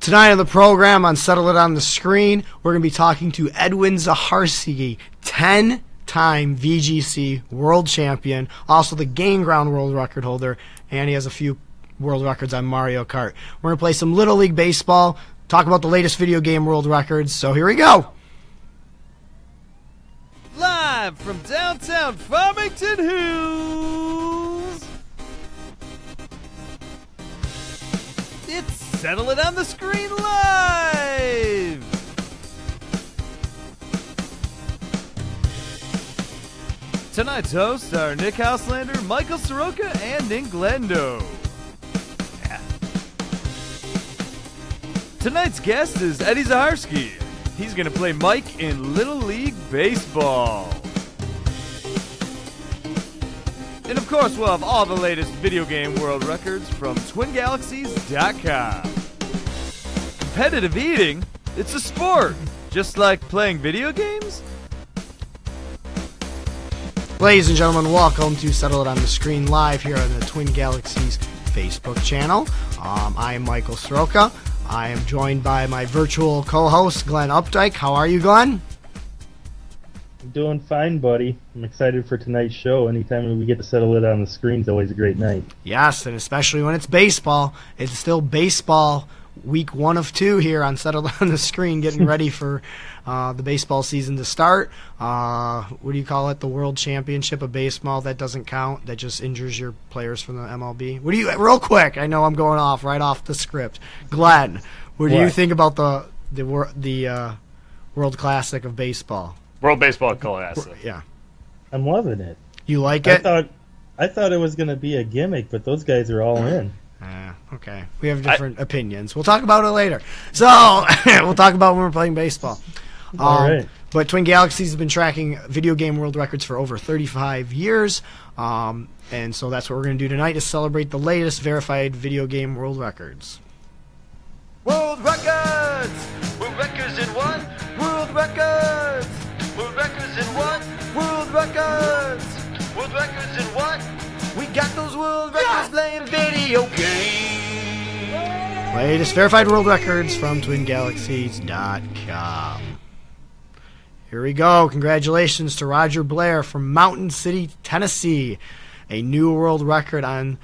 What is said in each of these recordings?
Tonight on the program on Settle It on the Screen, we're going to be talking to Edwin Zaharsigi, 10 time VGC world champion, also the Game Ground world record holder, and he has a few world records on Mario Kart. We're going to play some Little League Baseball, talk about the latest video game world records, so here we go. Live from downtown Farmington Hills. It's Settle It on the Screen Live! Tonight's hosts are Nick Houselander, Michael Soroka, and Inglendo. Yeah. Tonight's guest is Eddie Zaharsky. He's going to play Mike in Little League Baseball. And of course, we'll have all the latest video game world records from TwinGalaxies.com. Competitive eating? It's a sport, just like playing video games? Ladies and gentlemen, welcome to Settle It on the Screen live here on the Twin Galaxies Facebook channel. Um, I am Michael Soroka. I am joined by my virtual co host, Glenn Updike. How are you, Glenn? Doing fine, buddy. I'm excited for tonight's show. Anytime we get to settle it on the screen is always a great night. Yes, and especially when it's baseball. It's still baseball week one of two here on Settled on the Screen, getting ready for uh, the baseball season to start. Uh, what do you call it? The World Championship of Baseball. That doesn't count. That just injures your players from the MLB. What do you, real quick, I know I'm going off right off the script. Glenn, what do you What? think about the, the, wor- the uh, World Classic of Baseball? World Baseball Classic. Yeah. I'm loving it. You like I it? thought I thought it was gonna be a gimmick, but those guys are all in. Ah, okay. We have different opinions. We'll talk about it later. So we'll talk about when we're playing baseball. Um, All right. But Twin Galaxies has been tracking video game world records for over 35 years, um, and so that's what we're going to do tonight is celebrate the latest verified video game world records. World records! World records in one! World records! World records in one! World records! World records in one! We got those world records playing video games! Latest verified world records from TwinGalaxies.com. Here we go. Congratulations to Roger Blair from Mountain City, Tennessee. A new world record on,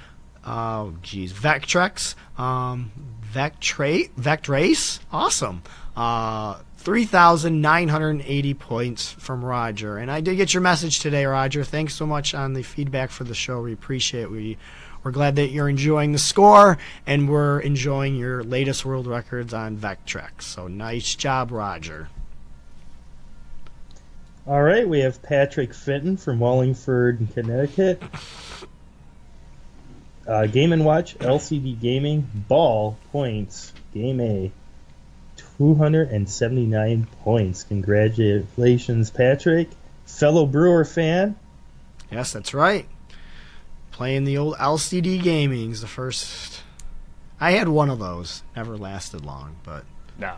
oh, geez, Vectrex. Um, Vectra- Vectrace? Awesome. Uh, 3,980 points from Roger. And I did get your message today, Roger. Thanks so much on the feedback for the show. We appreciate it. We, we're glad that you're enjoying the score and we're enjoying your latest world records on Vectrex. So nice job, Roger. All right, we have Patrick Fenton from Wallingford, Connecticut. Uh, Game and Watch LCD Gaming Ball points Game A, 279 points. Congratulations, Patrick, fellow Brewer fan. Yes, that's right. Playing the old LCD gamings, the first. I had one of those. Never lasted long, but No.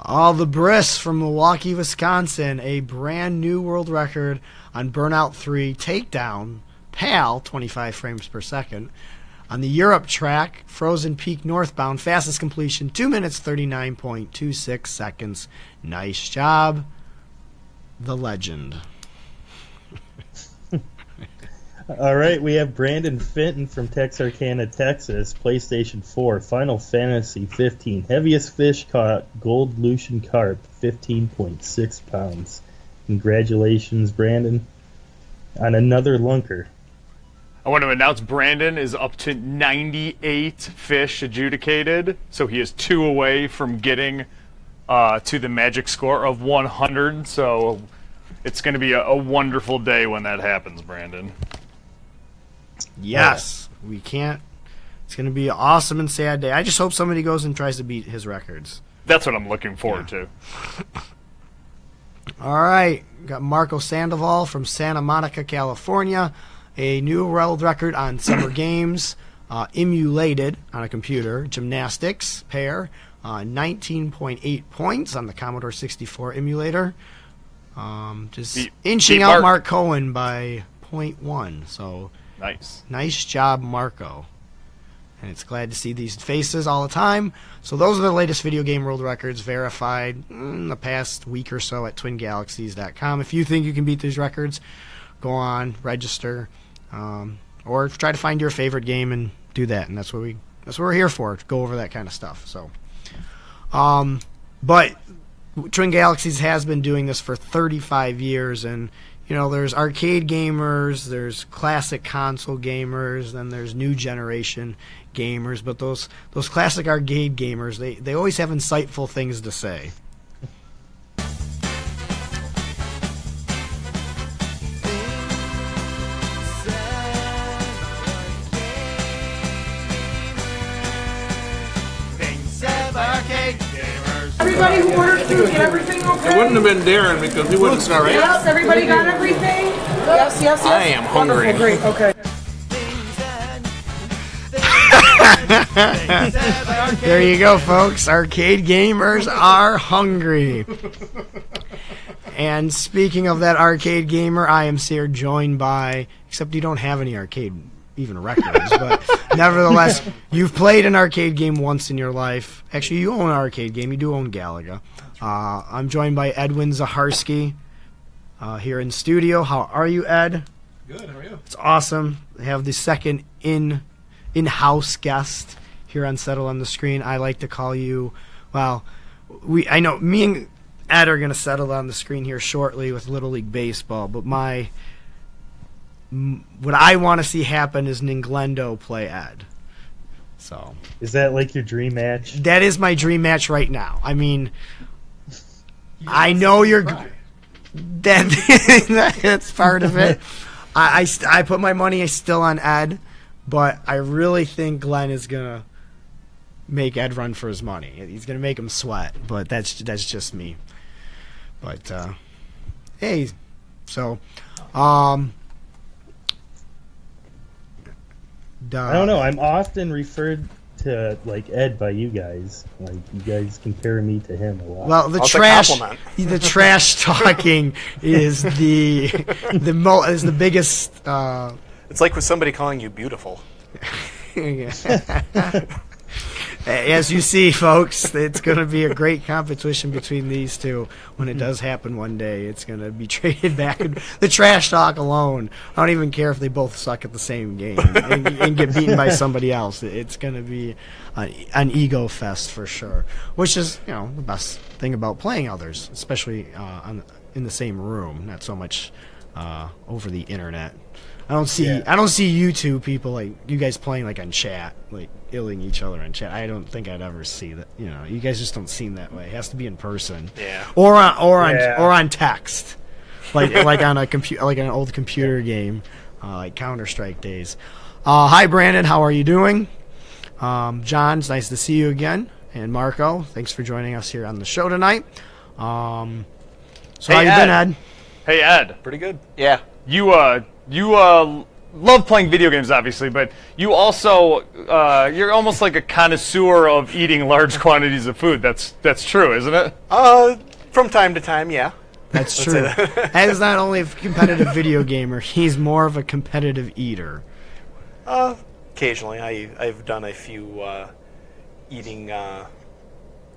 all the Briss from Milwaukee, Wisconsin, a brand new world record on Burnout 3 Takedown, PAL, 25 frames per second. On the Europe track, Frozen Peak northbound, fastest completion, 2 minutes 39.26 seconds. Nice job, the legend. All right, we have Brandon Fenton from Texarkana, Texas, PlayStation 4, Final Fantasy 15, heaviest fish caught, gold Lucian carp, 15.6 pounds. Congratulations, Brandon, on another lunker. I want to announce Brandon is up to 98 fish adjudicated, so he is two away from getting uh, to the magic score of 100. So it's going to be a, a wonderful day when that happens, Brandon. Yes, we can't. It's going to be an awesome and sad day. I just hope somebody goes and tries to beat his records. That's what I'm looking forward to. All right, got Marco Sandoval from Santa Monica, California, a new world record on summer games, uh, emulated on a computer, gymnastics pair, uh, 19.8 points on the Commodore 64 emulator, um, just Beat- inching beat out Mark. Mark Cohen by 0.1. So Nice. Nice job, Marco. and it's glad to see these faces all the time. So those are the latest video game world records verified in the past week or so at twingalaxies.com. If you think you can beat these records, go on, register, um, or try to find your favorite game and do that. And that's what we that's what we're here for. to Go over that kind of stuff. So, um, but Twin Galaxies has been doing this for 35 years, and you know, there's arcade gamers, there's classic console gamers, then there's new generation gamers. But those those classic arcade gamers, they they always have insightful things to say. Everybody who ordered food, get everything okay? It wouldn't have been Darren because he wouldn't. All right. Yes, everybody got everything? Yes, yes, yes. I am hungry. Wonderful, great, okay. There you go, folks. Arcade gamers are hungry. And speaking of that arcade gamer, I am here joined by, except you don't have any arcade even records, but nevertheless, you've played an arcade game once in your life. Actually, you own an arcade game. You do own Galaga. Uh, I'm joined by Edwin Zaharsky uh, here in studio. How are you, Ed? Good. How are you? It's awesome. They have the second in in-house guest here on Settle on the Screen. I like to call you. Well, we I know me and Ed are gonna settle on the screen here shortly with Little League Baseball, but my m- what I want to see happen is Ninglendo play Ed. So Is that like your dream match? that is my dream match right now. I mean, I know you're. g- That that's part of it. I, I st- I put my money still on Ed, but I really think Glenn is gonna make Ed run for his money. He's gonna make him sweat. But that's that's just me. But uh, hey, so um. I don't know. I'm often referred to like Ed by you guys. Like you guys compare me to him a lot. Well, the I'll take trash, compliment. the trash talking is the the mo- is the biggest. Uh, It's like with somebody calling you beautiful. as you see, folks, it's going to be a great competition between these two when it does happen one day. It's going to be traded back. and- The trash talk alone, I don't even care if they both suck at the same game and, and get beaten by somebody else. It's going to be an, an ego fest for sure, which is you know the best thing about playing others, especially uh, on, in the same room, not so much uh, over the internet. I don't see Yeah. I don't see you two people like you guys playing like on chat, like illing each other on chat. I don't think I'd ever see that. You know, you guys just don't seem that way. It has to be in person. Yeah. Or on or on Yeah. or on text. Like like on a computer like an old computer game, uh, like Counter Strike days. Uh, hi Brandon, how are you doing? Um, John, it's nice to see you again. And Marco, thanks for joining us here on the show tonight. Um, so Hey, how you been, Ed. Ed? Hey Ed, Pretty good. Yeah. you uh you uh love playing video games obviously, but you also uh you're almost like a connoisseur of eating large quantities of food. That's that's true, isn't it? Uh, from time to time, yeah. That's true. Ed is not only a competitive video gamer, he's more of a competitive eater. Uh, occasionally, I I've done a few uh, eating. Uh,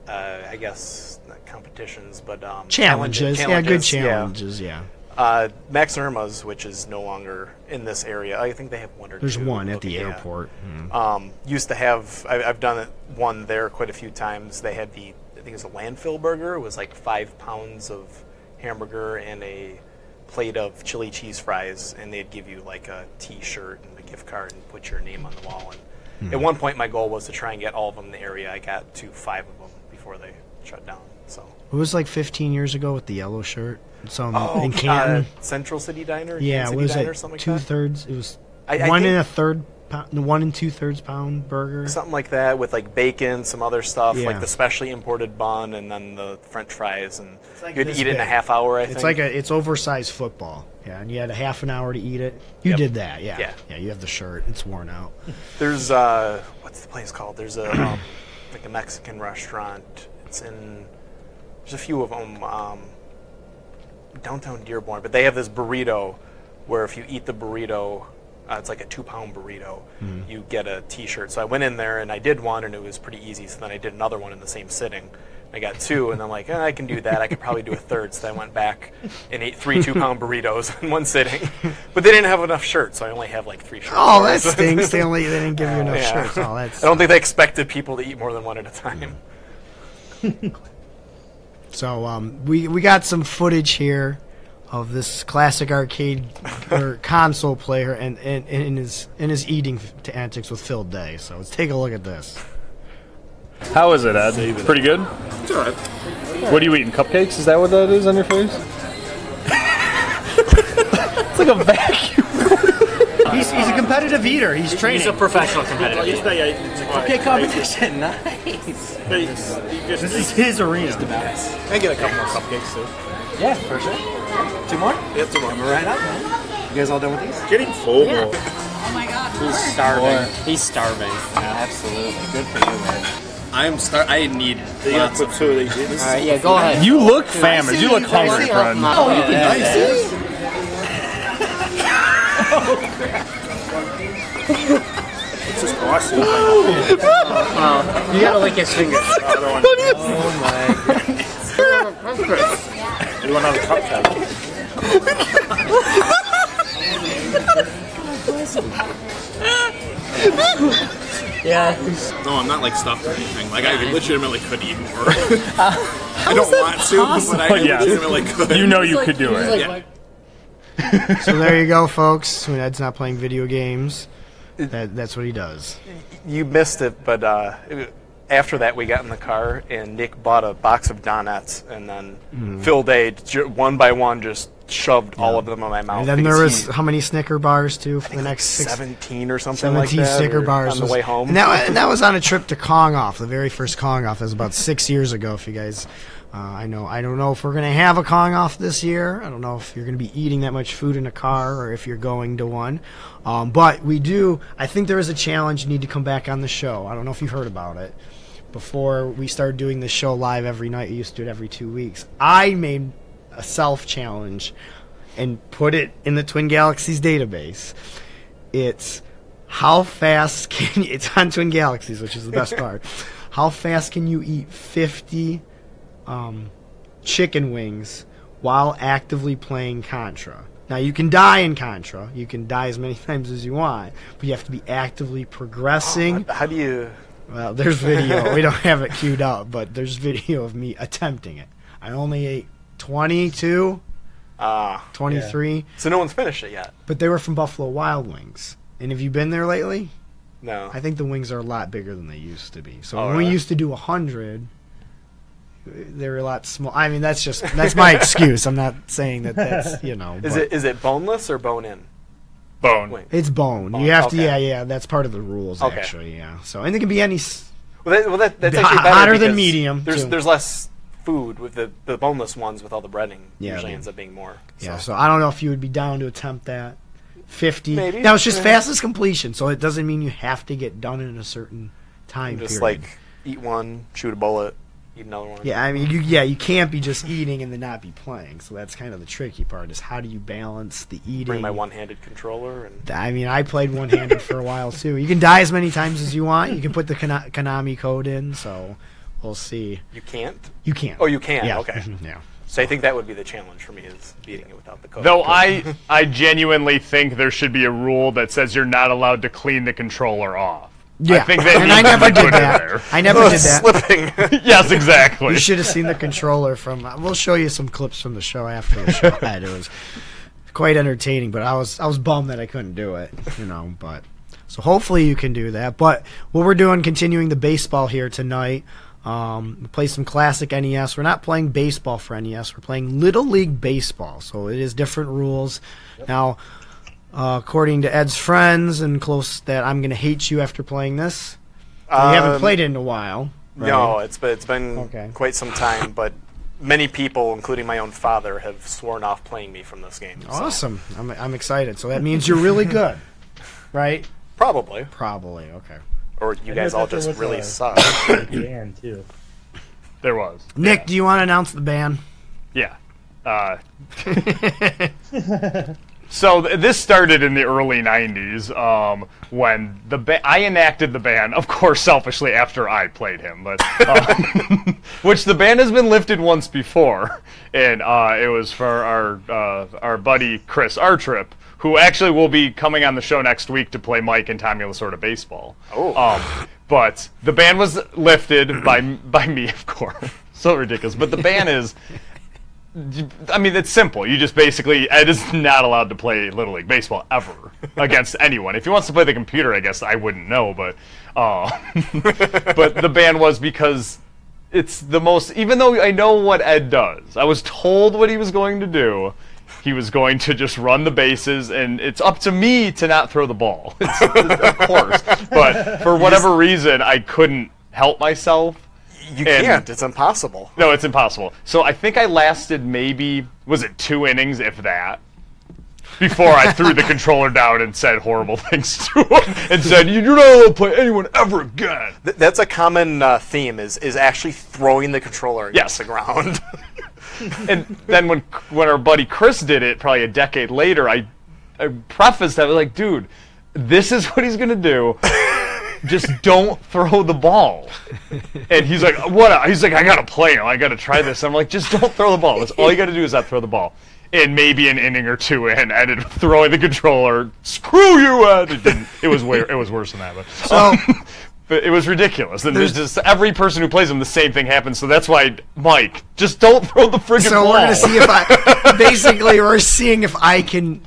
uh, I guess not competitions, but um, Challenges. Yeah, good challenges, challenges, yeah. yeah. Uh, Max Irma's, which is no longer in this area. I think they have one or There's two. one at the loca- yeah. airport. Mm. Um, used to have. I, I've done it one there quite a few times. They had the I think it was a landfill burger. It was like five pounds of hamburger and a plate of chili cheese fries, and they'd give you like a T-shirt and a gift card and put your name on the wall. Hmm. And at one point, my goal was to try and get all of them in the area. I got to five of them before they shut down. So. It was like 15 years ago with the yellow shirt. Some in uh, Canton. Central City Diner. Oh, yeah, Canton it City was Diner, it something like two that. thirds. It was I- I one and a think- third pound, one and two thirds pound burger. something like that with like bacon, some other stuff, Yeah. like the specially imported bun, and then the French fries, and like you'd this eat it in a big. half hour. I think It's like a it's oversized football. Yeah, and you had a half an hour to eat it. You Yep. did that, yeah. Yeah. Yeah, you have the shirt. It's worn out. there's uh, what's the place called? There's a um, like a Mexican restaurant. It's in there's a few of them um, downtown Dearborn, but they have this burrito where if you eat the burrito, Uh, it's like a two pound burrito. You get a t shirt. So I went in there and I did one, and it was pretty easy. So then I did another one in the same sitting. I got two, and I'm like, eh, I can do that. I could probably do a third. So I went back and ate three two pound burritos in one sitting. But they didn't have enough shirts, so I only have like three shirts. Oh, that stinks. they only they didn't give you enough Yeah. shirts. Oh, that's I don't think they expected people to eat more than one at a time. Mm. So um, we we got some footage here of this classic arcade or console player and and and in his in his eating to antics with Phil Day. So let's take a look at this. How is it, Ed? Pretty good. It's all right. What are you eating? Cupcakes? Is that what that is on your face? it's like a vacuum. He's, he's a competitive eater. He's training. He's a professional competitor. Okay, competition, nice. this is his arena. I get a couple more cupcakes too. Yeah, for sure. Two more? Yeah, two more. We're right up, man. You guys all done with these? Getting full. bro. He's starving. He's starving. Absolutely. Good for you, man. I'm star. I need They got put two of these. All right, yeah, go ahead. You look famished. You look hungry, friend. Oh, you've been It's just awesome. I You gotta lick his fingers. don't want You want another cupcake? yeah. no. I'm not like stuffed or anything. Like I legitimately could eat more. I don't want to, but I Yeah. legitimately could. You know you could do it. Yeah. So there you go, folks. When Ed's not playing video games, that, that's what he does. You missed it, but uh, it- after that, we got in the car and Nick bought a box of donuts, and then Mm. Phil Day ju- one by one just shoved all of them in my mouth. And then because there was he- how many Snicker bars too for the like next six, seventeen or something like seventeen that. Snicker or bars on the was- way home. And that, and that was on a trip to Kong off, the very first Kong off. That was about six years ago. If you guys, uh, I know, I don't know if we're gonna have a Kong off this year. I don't know if you're gonna be eating that much food in a car or if you're going to one. Um, but we do. I think there is a challenge. You need to come back on the show. I don't know if you heard about it. Before we started doing the show live every night, we used to do it every two weeks. I made a self challenge and put it in the Twin Galaxies database it's how fast can you, it's on Twin Galaxies, which is the best part. How fast can you eat 50 um, chicken wings while actively playing Contra? Now you can die in Contra. You can die as many times as you want, but you have to be actively progressing. How do you? Well, there's video. we don't have it queued up, but there's video of me attempting it. I only ate 22, Uh, 23, so no one's finished it yet. but they were from Buffalo Wild Wings. And have you been there lately? No. I think the wings are a lot bigger than they used to be. So Oh, when we really? used to do 100, they were a lot small. I mean, that's just that's my excuse. I'm not saying that that's you know. Is but it is it boneless or bone in? Bone. Wait. It's bone. Bone, You have to. okay. Yeah, yeah. That's part of the rules, Okay. actually. Yeah. So and it can be any. s- Well, that, well that, that's H- actually better hotter than because medium, There's too. there's less food with the, the boneless ones with all the breading. Yeah, usually they- ends up being more. Yeah. So I don't know if you would be down to attempt that. 50. Maybe. Now it's just Yeah. fastest completion, so it doesn't mean you have to get done in a certain time Just period. like eat one, shoot a bullet, eat another one. Yeah, I mean, you, yeah, you can't be just eating and then not be playing. So that's kind of the tricky part is how do you balance the eating? Bring my one-handed controller and I mean, I played one-handed for a while too. You can die as many times as you want. You can put the Kana- Konami code in, so we'll see. you can't. You can't. Oh, you can. yeah. Okay. yeah. So I think that would be the challenge for me is beating it without the code. Though I, I genuinely think there should be a rule that says you're not allowed to clean the controller off. Yeah. I think they and I need to never put did it that. there. I never Oh, did that. slipping. Yes, exactly. You should have seen the controller from. uh, We'll show you some clips from the show after the show. Ed. it was quite entertaining, but I was I was bummed that I couldn't do it. You know, but so hopefully you can do that. But what we're doing, continuing the baseball here tonight. Um, we play some classic NES. We're not playing baseball for NES. We're playing Little League Baseball, so it is different rules. Now, uh, according to Ed's friends and close, that I'm going to hate you after playing this. we haven't Um, played it in a while. No, it's been, it's been Okay. quite some time, but many people, including my own father, have sworn off playing me from this game. so- Awesome. I'm, I'm excited. So that means you're really good, right? Probably. Probably. Okay. Or you guys that all there just was really a- suck. Jan, too. there was. Nick, do you want to announce the ban? Yeah. Uh, So th- this started in the early '90s um, when the ba- I enacted the ban, of course, selfishly after I played him, but um, which the ban has been lifted once before, and uh, it was for our uh, our buddy Chris Artrip, who actually will be coming on the show next week to play Mike and Tommy Lasorda baseball. Oh. Um, but the ban was lifted by by me, of course. so ridiculous. But the ban is I mean, it's simple. You just basically Ed is not allowed to play little league baseball ever against anyone. If he wants to play the computer, I guess I wouldn't know, but uh, but the ban was because it's the most. Even though I know what Ed does, I was told what he was going to do. He was going to just run the bases, and it's up to me to not throw the ball. It's, it's- of course, but for whatever reason, I couldn't help myself. You And- can't. It's impossible. No, it's impossible. So I think I lasted maybe was it two innings, if that, before I threw the controller down and said horrible things to him and said, "You're not allowed to play anyone ever again." Th- that's a common uh, theme is is actually throwing the controller Yes. against the ground. And then when when our buddy Chris did it, probably a decade later, I, I prefaced that with like, "Dude, this is what he's gonna do." Just don't throw the ball. And he's like, what? He's like, I gotta play him. I gotta try this. I'm like, just don't throw the ball. That's all you gotta do is not throw the ball. And maybe an inning or two in, I ended up throwing the controller. Screw you, Ed. It, didn't, it was way, it was worse than that, but. um, but it was ridiculous. And there's just every person who plays him, the same thing happens. So that's why, Mike, just don't throw the friggin' So ball. we're gonna see if I basically we're seeing if I can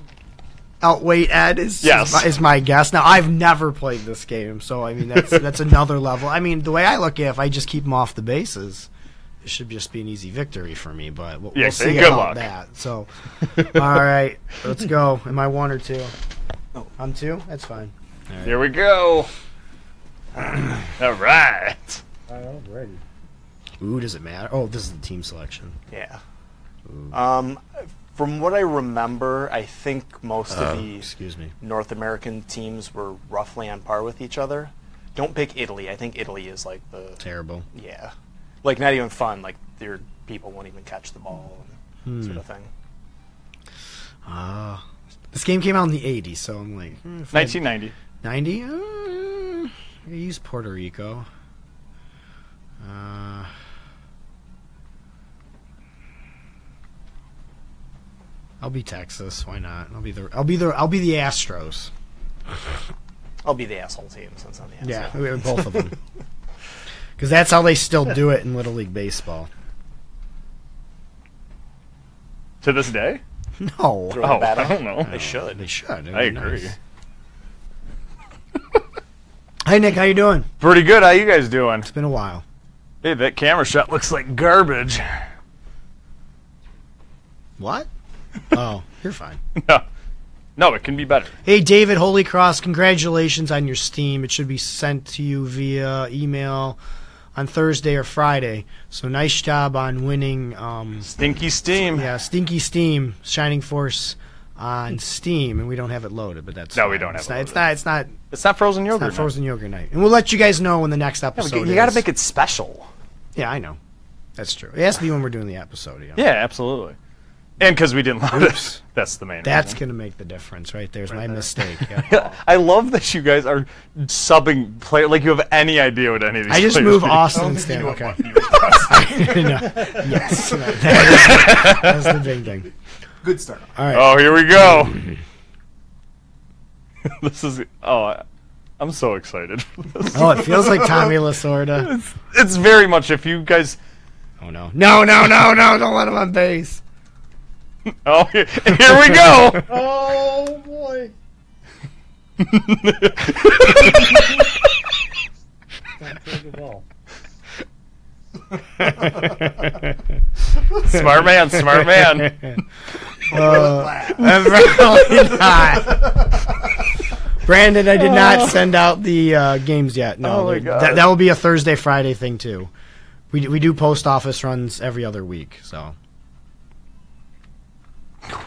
outweight Ed is, Yes. is, my, is my guess. Now I've never played this game, so I mean that's that's another level. I mean the way I look at it, if I just keep him off the bases, it should just be an easy victory for me. But we'll, Yeah, we'll see good about luck. that. So all right, let's go. Am I one or two? I'm two. That's fine. Here we go. All right. Alrighty. Ooh, does it matter? Oh, this is the team selection. yeah. Um, from what I remember, I think most of the Uh, Excuse me. North American teams were roughly on par with each other. Don't pick Italy. I think Italy is like the Terrible. yeah, like not even fun. Like their people won't even catch the ball, Hmm. and sort of thing. Ah. this game came out in the 80s, so I'm like, hmm, if I- 1990. 90? Uh, I use Puerto Rico. Uh, I'll be Texas. Why not? I'll be the I'll be the I'll be the Astros. I'll be the asshole team since I'm the asshole. Yeah, we have both of them. Because that's how they still do it in Little League Baseball. To this day? No, Throw Oh, the bat I up. don't know. They should. they should. It'd I be agree. nice. Hey Nick, how you doing? Pretty good. How you guys doing? It's been a while. Hey, that camera shot looks like garbage. What? Oh, you're fine. No, no, it can be better. Hey, David Holy Cross, congratulations on your Steam. It should be sent to you via email on Thursday or Friday. So nice job on winning. Um, Stinky steam. yeah, Stinky Steam, Shining Force on Steam, and we don't have it loaded, but that's No, we fine. don't have it's it not, it's loaded. not. It's not. It's It's not frozen not yogurt. frozen yogurt night, and we'll let you guys know when the next episode. you got to is. make it special. Yeah, I know. That's true. It has to be when we're doing the episode. Yeah. Yeah, absolutely. And because we didn't load Oops. it, that's the main. That's reason. gonna make the difference, right? There's my mistake. Yeah. I love that you guys are subbing play like you have any idea what any of these. I just players move do. Austin instead. Okay. No. Yes. That was, that was the big thing. Good start. All right. Oh, here we go. this is oh, I- I'm so excited for this. Oh, it feels like Tommy Lasorda. It's very much if you guys. Oh no. No, no, no, no, don't let him on base. Oh, here, here we go. Oh boy. Don't throw the ball. Smart man, smart man. Uh, I'm really not. Brandon, I did not send out the uh, games yet. No, Oh, my they're- God. that, that will be a Thursday, Friday thing too. We do- we do post office runs every other week, so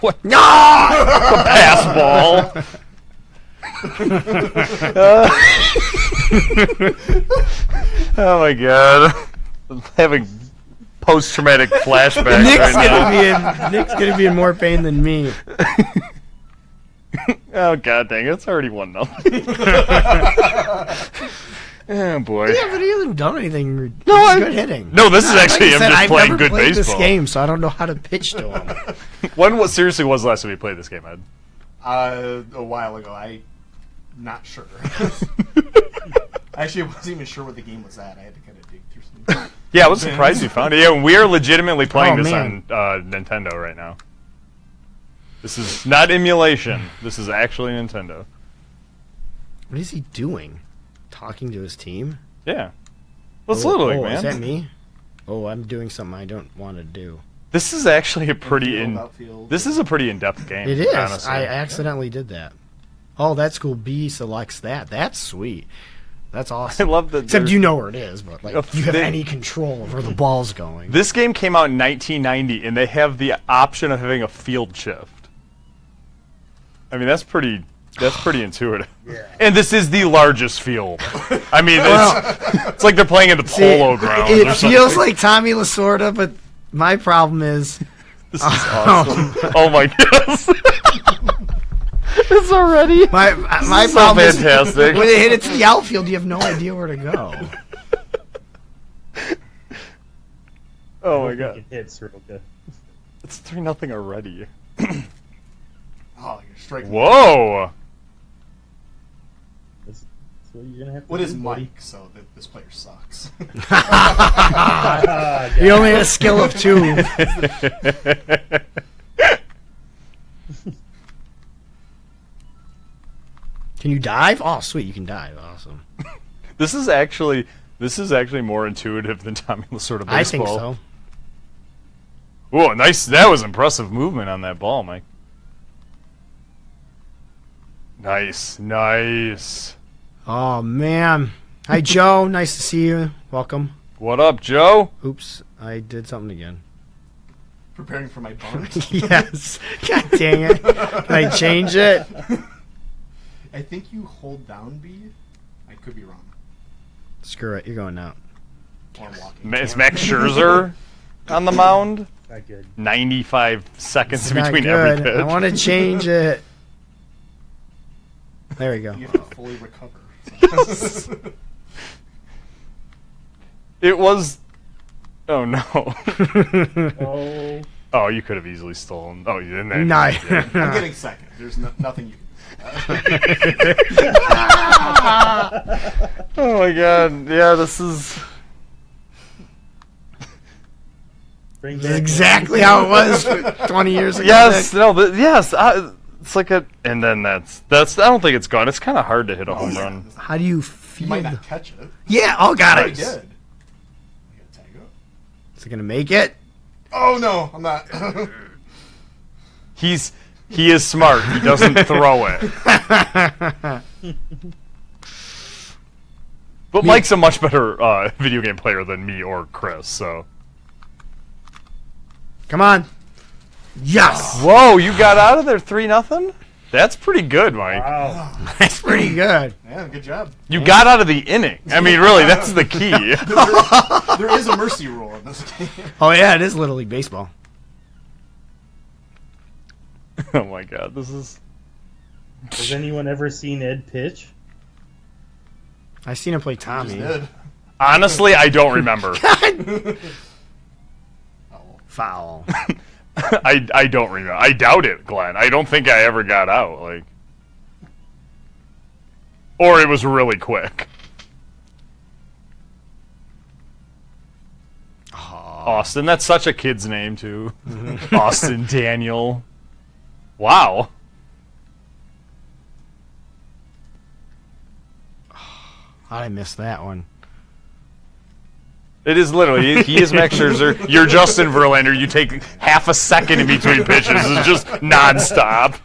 What? No! Pass ball. oh my god. I'm having post traumatic flashbacks Nick's right now. gonna be in Nick's gonna be in more pain than me. Oh god dang, it's already one nothing. oh boy. Yeah, but he hasn't done anything re- No, I- good hitting. No, this is Like actually I him said, just I've playing never good played baseball. This game, so I don't know how to pitch to him. When what seriously was the last time you played this game, Ed? Uh, a while ago, I not sure. Actually, I wasn't even sure what the game was at. I had to kind of dig through some. Yeah, I was surprised you found it. Yeah, we are legitimately playing Oh, this man. on uh, Nintendo right now. This is not emulation. This is actually Nintendo. What is he doing? Talking to his team? Yeah. Well, it's oh, Little League, oh, man. Is that me? Oh, I'm doing something I don't want to do. This is actually a pretty in. outfield. This is a pretty in-depth game. It is. honestly. I accidentally did that. Oh, that's cool. B selects that. That's sweet. That's I awesome. love that. Except they're- you know where it is, but like Oh, you have they- any control of where the ball's going. This game came out in 1990, and they have the option of having a field shift. I mean, that's pretty. That's pretty intuitive. Yeah. And this is the largest field. I mean, it's, it's like they're playing in the See, polo grounds. It or something. feels like Tommy Lasorda, but my problem is This is awesome. oh my goodness. it's already my my so problem is fantastic. when it hit it to the outfield, you have no idea where to go. oh my It god. hits Soroka. It's 3 nothing already. Oh, you're striking. Whoa. That's, that's what you're gonna have to What do, is buddy. Mike? So that this player sucks. Ah, You only had a skill of two. Can you dive? Oh, sweet, you can dive. Awesome. This is actually this is actually more intuitive than Tommy Lasorda baseball. I think so. Whoa, nice. That was impressive movement on that ball, Mike. Nice, nice. Oh man. Hi Joe, nice to see you. Welcome. What up, Joe? Oops, I did something again. Preparing for my bunt. yes. God dang it. Can I change it? I think you hold down B. I could be wrong. Screw it, you're going out. Or I'm walking. Ma- Is Max Scherzer on the mound? not good. 95 seconds It's between not every good. pitch. I want to change it. There we go. You have to fully recover. It was. Oh no. Oh, oh, you could have easily stolen. Oh, you didn't. Nice. I'm getting second. There's no- nothing you can do. Oh my god. Yeah, this is. bring This is back exactly how it was 20 years ago. Yes. No. Th- yes. I, it's like a. And then that's that's. I don't think it's gone. It's kind of hard to hit a Oh, home run. How do you You feel? might the- not catch it. yeah, oh, got I it. did. I gotta tag up. Is it going to make it? Oh no, I'm not. He's he is smart. He doesn't throw it. But Mike's a much better uh, video game player than me or Chris. So. Come on. Yes. Whoa! You got out of there three nothing. That's pretty good, Mike. Wow. Oh. That's pretty good. yeah, good job. You got out of the inning. I mean, really, that's the key. There is a mercy rule in this game. Oh, yeah, it is Little League Baseball. oh my god, this is. Has anyone ever seen Ed pitch? i seen him play Tommy. Good. Honestly, I don't remember. Foul. I, I don't remember. I doubt it, Glenn. I don't think I ever got out. Like, or it was really quick. Austin, that's such a kid's name too. Mm-hmm. Austin Daniel. Wow. How'd I miss that one? It is literally he is Max Scherzer. You're Justin Verlander. You take half a second in between pitches. It's just nonstop.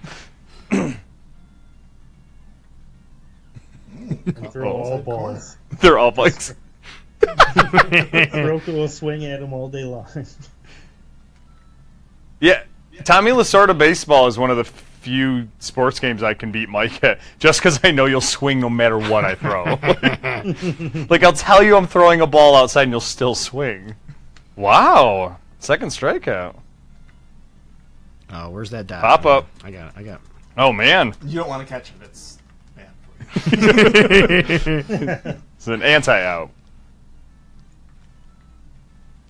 Throw all balls. They're all like Soroka will swing at him all day long. Yeah, Tommy Lasorda baseball is one of the few sports games I can beat Mike at, just because I know you'll swing no matter what I throw. like I'll tell you I'm throwing a ball outside and you'll still swing. Wow, second strikeout. Oh, where's that dot? Pop up. I got it. I got it. Oh man, You don't want to catch it. It's bad for you. it's an anti out.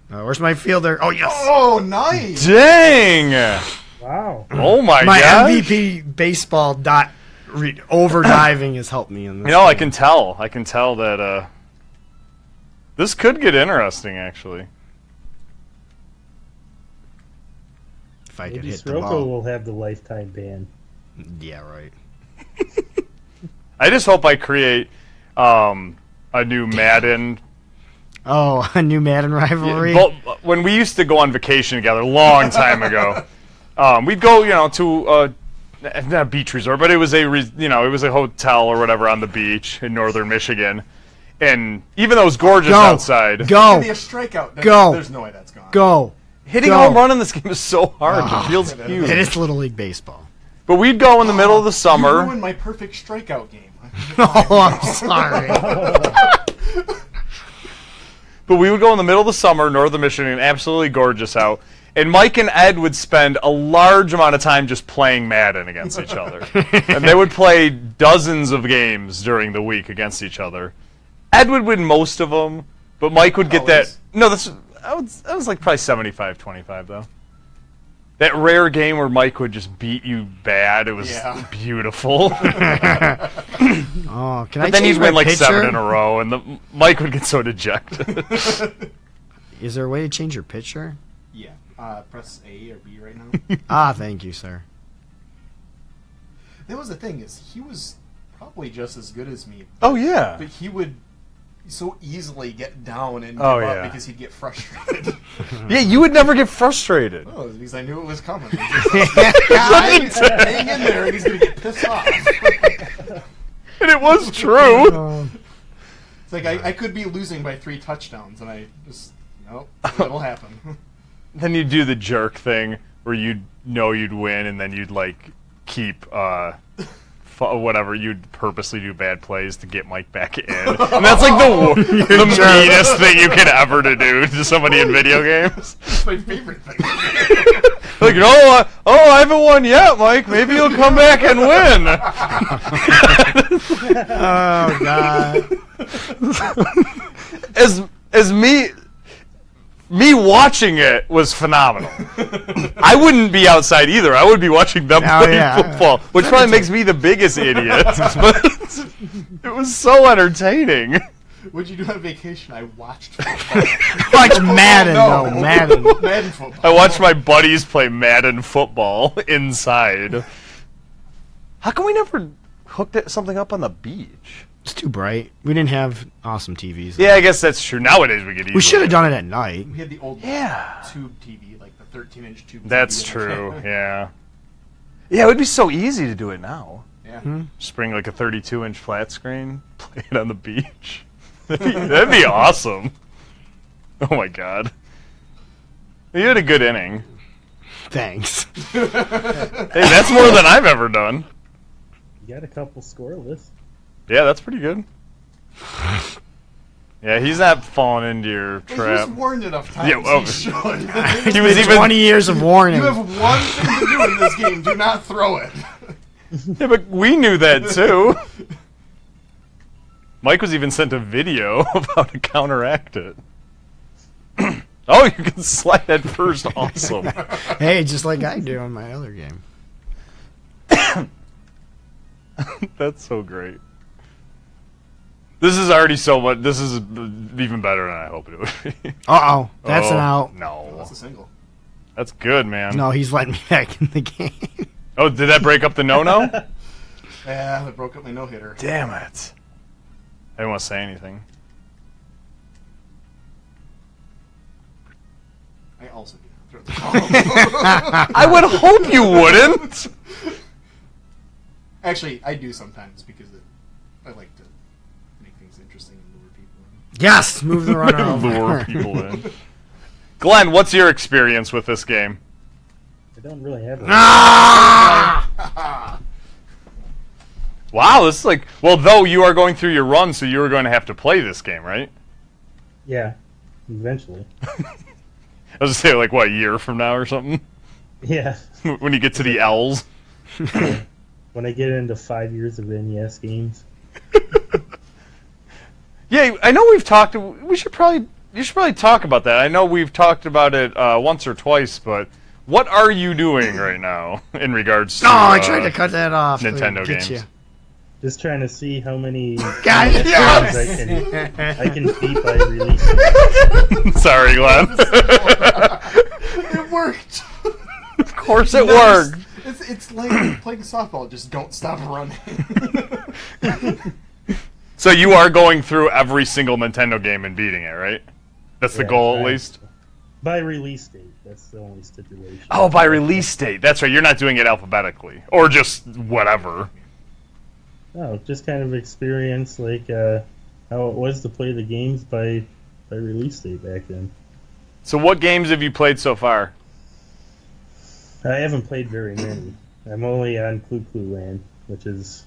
Uh, where's my fielder? Oh yes. Oh, nice. Dang! Wow. Oh my, my gosh. MVP baseball dot re- over diving has helped me in You this. know, I can tell. I can tell that uh, this could get interesting, actually. if I could Maybe hit the Sirocco ball. will have the lifetime ban. Yeah, right. I just hope I create um, a new Madden. Oh, a new Madden rivalry. Bo- When we used to go on vacation together, a long time ago, um, we'd go, you know, to uh, n- not a beach resort, but it was a, re- you know, it was a hotel or whatever on the beach in northern Michigan. And even though it was gorgeous Go. outside, Go. Maybe a strikeout. There's, Go. There's no way that's gone. Go. Hitting Go. Ah. a home run in this game is so hard. the field's It huge. It is Little League Baseball. But we'd go in the middle of the You summer. ruined my perfect strikeout game. Oh, I'm sorry. But we would go in the middle of the summer, northern Michigan, absolutely gorgeous out. And Mike and Ed would spend a large amount of time just playing Madden against each other. and they would play dozens of games during the week against each other. Ed would win most of them, but Mike would get Always. that. No, this I was, I was like probably 75 25, though. That rare game where Mike would just beat you bad. It was Yeah. beautiful. Oh, can I but then change he'd my win like pitcher? seven in a row, and the, Mike would get so dejected. Is there a way to change your picture? Yeah. Uh, press A or B right now. ah, thank you, sir. that was the thing is he was probably just as good as me, oh, yeah. but he would so easily get down and give Oh, up yeah. because he'd get frustrated. Yeah, you would never get frustrated. oh, it was because I knew it was coming. I was just, hang in there, and he's gonna get pissed off. And it was true. It's like I, I could be losing by three touchdowns, and I just no, that'll happen. then you do the jerk thing where you'd know you'd win and then you'd like keep uh fu- whatever you'd purposely do bad plays to get Mike back in. And that's like the wo- the meanest thing you could ever to do to somebody in video games. That's my favorite thing. Like, no, I, oh, I haven't won yet, Mike. Maybe you'll come back and win. Oh God. as as me me watching it was phenomenal. I wouldn't be outside either. I would be watching them Oh, play yeah. football, which probably makes me the biggest idiot. but it was so entertaining. What'd you do on vacation? I watched like Oh, Madden, no. though. Madden. Madden football. I watched my buddies play Madden football inside. How come we never hooked it, something up on the beach? It's too bright. We didn't have awesome TVs. Yeah, I guess that's true. Nowadays we could. We should have done it at night. We had the old Yeah. tube TV, like the 13 inch tube. That's TV. true. Yeah. Yeah, it would be so easy to do it now. yeah. Just bring Hmm? like a 32 inch flat screen, play it on the beach. that'd, be, that'd be awesome. Oh my god. You had a good inning. Thanks. Hey, that's more than I've ever done. You got a couple scoreless. Yeah, that's pretty good. Yeah, he's not falling into your Well, trap. He's warned enough times. Yeah, well- he should. He was even. Twenty years of warning. you have one thing to do in this game. Do not throw it. Yeah, but we knew that too. Mike was even sent a video of how to counteract it. oh, you can slide at first. Awesome. hey, just like I do on my other game. That's so great. This is already so much. This is even better than I hoped it would be. Uh oh, that's an Oh, out. No, That's a single. that's good, man. No, he's letting me back in the game. Oh, did that break up the no-no? Yeah, that broke up my no hitter. Damn it! I didn't want to say anything. I also do not throw the ball. I would hope you wouldn't. Actually, I do sometimes because it, I like to make things interesting and lure people in. yes, move the runner over. Lure people in. Glenn, what's your experience with this game? I don't really have one. Wow, this is like well, though you are going through your run, so you are going to have to play this game, right? Yeah, eventually. I was gonna say like what a year from now or something Yeah. when you get to the L's. when I get into five years of NES games. Yeah, I know we've talked. We should probably you should probably talk about that. I know we've talked about it uh, once or twice, but what are you doing right now in regards? to... No, I uh, tried to cut that off. to Nintendo get games. you. Just trying to see how many God, NES yes! games I can I can beat by release. Sorry, Glenn. it worked. of course, it Nice. worked. It's, it's like playing softball. Just don't stop running. So you are going through every single Nintendo game and beating it, right? That's the Yeah, goal, at right. least. By release date, that's the only stipulation. Oh, by release date. That's right. You're not doing it alphabetically or just whatever. No, Oh, just kind of experience like uh, how it was to play the games by by release date back then. So what games have you played so far? I haven't played very many. I'm only on Clue Clue Land, which is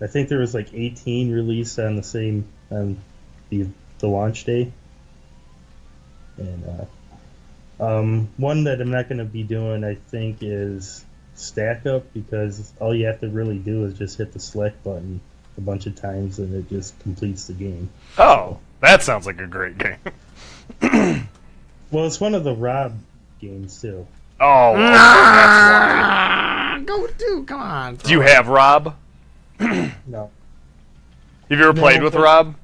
I think there was like 18 released on the same on the the launch day, and uh, um, one that I'm not going to be doing I think is Stack Up because all you have to really do is just hit the select button a bunch of times and it just completes the game. Oh, that sounds like a great game. Well, it's one of the Rob games too. Oh, okay, that's why. Ah, Go do, come on. Do you have Rob? No. Have you ever No, played with but- Rob?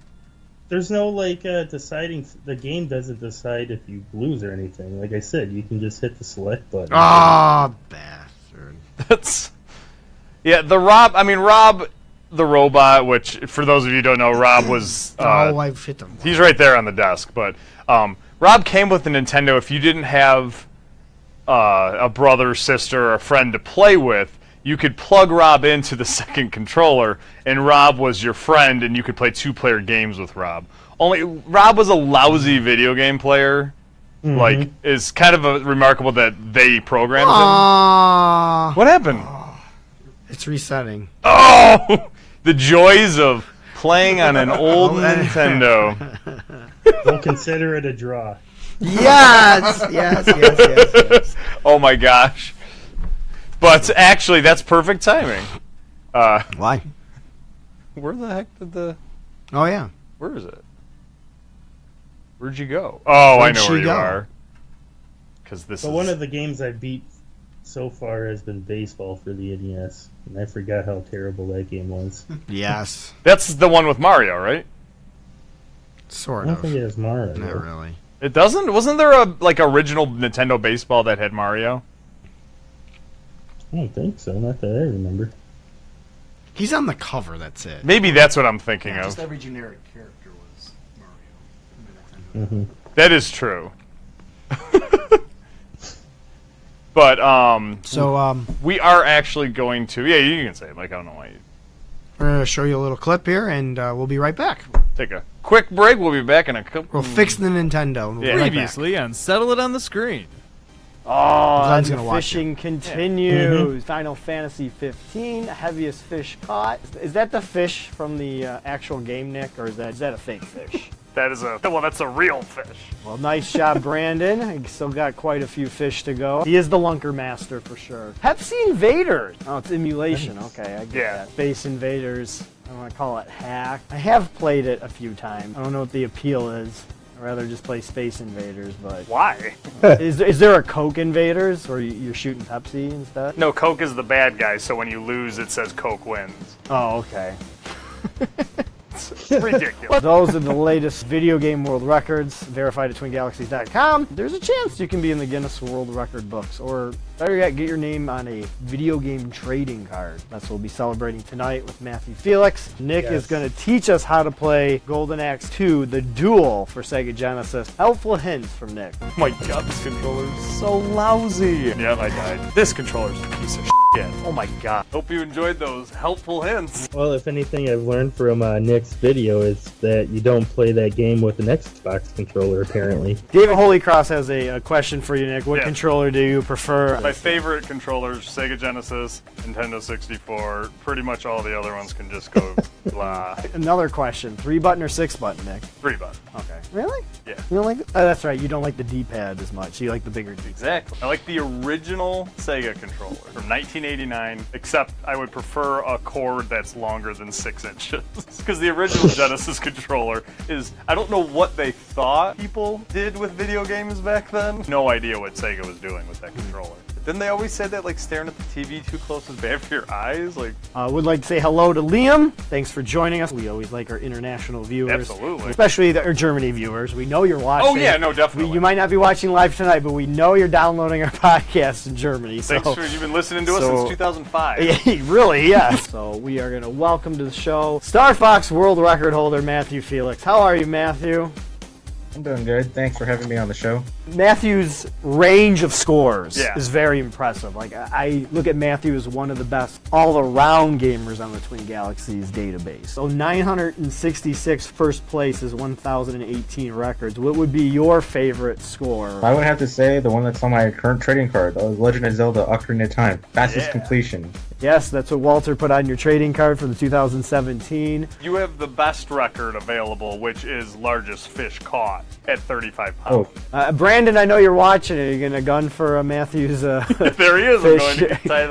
There's no like uh, deciding. The game doesn't decide if you lose or anything. Like I said, you can just hit the select button. Ah, bastard. That's yeah. The Rob. I mean Rob, the robot. Which for those of you who don't know, Rob was. Uh, oh, I've hit them. he's right there on the desk. But um, Rob came with the Nintendo. If you didn't have uh, a brother, sister, or a friend to play with, you could plug Rob into the second controller, and Rob was your friend, and you could play two-player games with Rob. Only Rob was a lousy video game player. Like, it's kind of a, remarkable that they programmed him. Ah, What happened? it's resetting. Oh, the joys of playing on an old Nintendo. We'll consider it a draw. Yes, yes, yes, yes. oh my gosh. But actually, that's perfect timing. Uh, Why? where the heck did the. Oh yeah. Where is it? Where'd you go? Oh, I Where'd know she where you go? are. Because this But is. one of the games I beat so far has been baseball for the NES, and I forgot how terrible that game was. Yes, that's the one with Mario, I right? sort don't of. think it was Mario. Not really. It doesn't. Wasn't there a like original Nintendo baseball that had Mario? I don't think so. Not that I remember. He's on the cover. That's it. Maybe that's what I'm thinking Just of. every generic character was Mario. hmm That is true. but um, So um, we are actually going to. Yeah, you can say it. Like I don't know why. You, we're gonna show you a little clip here, and uh, we'll be right back. take a quick break. We'll be back in a couple. We'll Hmm. fix the Nintendo. and We'll Yeah. be right back. Previously on Settle It on the Screen. Glenn's the gonna watch fishing continues. Final Fantasy 15, heaviest fish caught. Is that the fish from the uh, actual game, Nick, or is that is that a fake fish? That is a. Well, that's a real fish. well, nice job, Brandon. I still got quite a few fish to go. He is the lunker master for sure. Pepsi Invaders. Oh, it's emulation. Okay, I get Yeah. that. Space Invaders. I don't want to call it hack. I have played it a few times. I don't know what the appeal is. I'd rather just play Space Invaders, but Why? is, is there a Coke Invaders where you- you're shooting Pepsi and stuff? No, Coke is the bad guy. So when you lose, it says Coke wins. Oh, okay. Ridiculous. Those are the latest video game world records verified at twingalaxies.com. There's a chance you can be in the Guinness World Record books or better yet, get your name on a video game trading card. That's what we'll be celebrating tonight with Matthew Felix. Nick is Yes. going to teach us how to play Golden Axe 2, The Duel for Sega Genesis. Helpful hints from Nick. Oh my god, this controller's so lousy. Yeah, I died. This controller's a piece of shit. Oh my god. Hope you enjoyed those helpful hints. Well, if anything I've learned from uh, Nick's video is that you don't play that game with an Xbox controller, apparently. David Holy Cross has a, a question for you, Nick. What Yeah. controller do you prefer? My favorite controllers: Sega Genesis, Nintendo 64. Pretty much all the other ones can just go blah. Another question. Three button or six button, Nick? Three buttons. Okay. Really? Yeah. You don't like? Oh, that's right. You don't like the D-pad as much. You like the bigger D. Exactly. I like the original Sega controller from 1989, except I would prefer a cord that's longer than six inches. Because the original Genesis controller is, I don't know what they thought people did with video games back then. No idea what Sega was doing with that controller. But then they always said that like staring at the TV too close is bad for your eyes. Like, I Uh, would like to say hello to Liam. Thanks for joining us. We always like our international viewers, Absolutely. especially the, our Germany viewers. We know you're watching. oh yeah, no, definitely. You might not be watching live tonight, but we know you're downloading our podcast in Germany. So. Thanks for you've been listening to us so- since 2005. Yeah, really, yeah. so we are going to welcome to the show Star Fox world record holder Matthew Felix. How are you, Matthew? I'm doing good. Thanks for having me on the show. Matthew's range of scores Yeah. is very impressive. Like I- I look at Matthew as one of the best all-around gamers on the Twin Galaxies database. Oh, So 966 first place is 1,018 records. What would be your favorite score? I would have to say the one that's on my current trading card, The Legend of Zelda: Ocarina of Time, fastest Yeah. completion. Yes, that's what Walter put on your trading card for the 2017. You have the best record available, which is largest fish caught at 35 pounds. Oh, uh, Brandon, I know you're watching. Are you gonna gun for uh, Matthews? Uh, there he is. I'm fish? going to get tied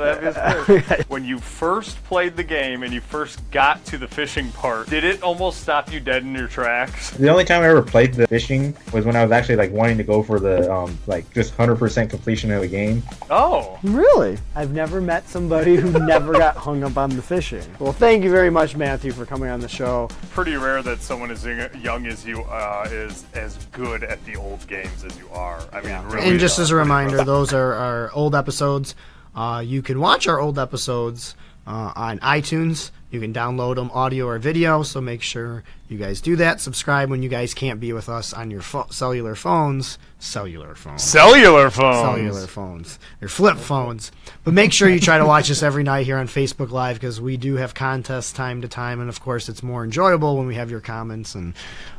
up his fish. When you first played the game and you first got to the fishing part, did it almost stop you dead in your tracks? The only time I ever played the fishing was when I was actually like wanting to go for the um, like just 100% completion of a game. Oh. Really? I've never met somebody who never got hung up on the fishing. Well, thank you very much, Matthew, for coming on the show. Pretty rare that someone as young- young as you uh, is as good at the old games as you are. I mean, really. And just uh, as a pretty reminder, impressive. those are our old episodes. Uh, you can watch our old episodes uh, on iTunes. You can download them audio or video, so make sure you guys do that. Subscribe when you guys can't be with us on your pho- cellular phones. Cellular phones. Cellular phones. Cellular phones. Your flip phones. But make sure you try to watch us every night here on Facebook Live because we do have contests time to time, and of course, it's more enjoyable when we have your comments and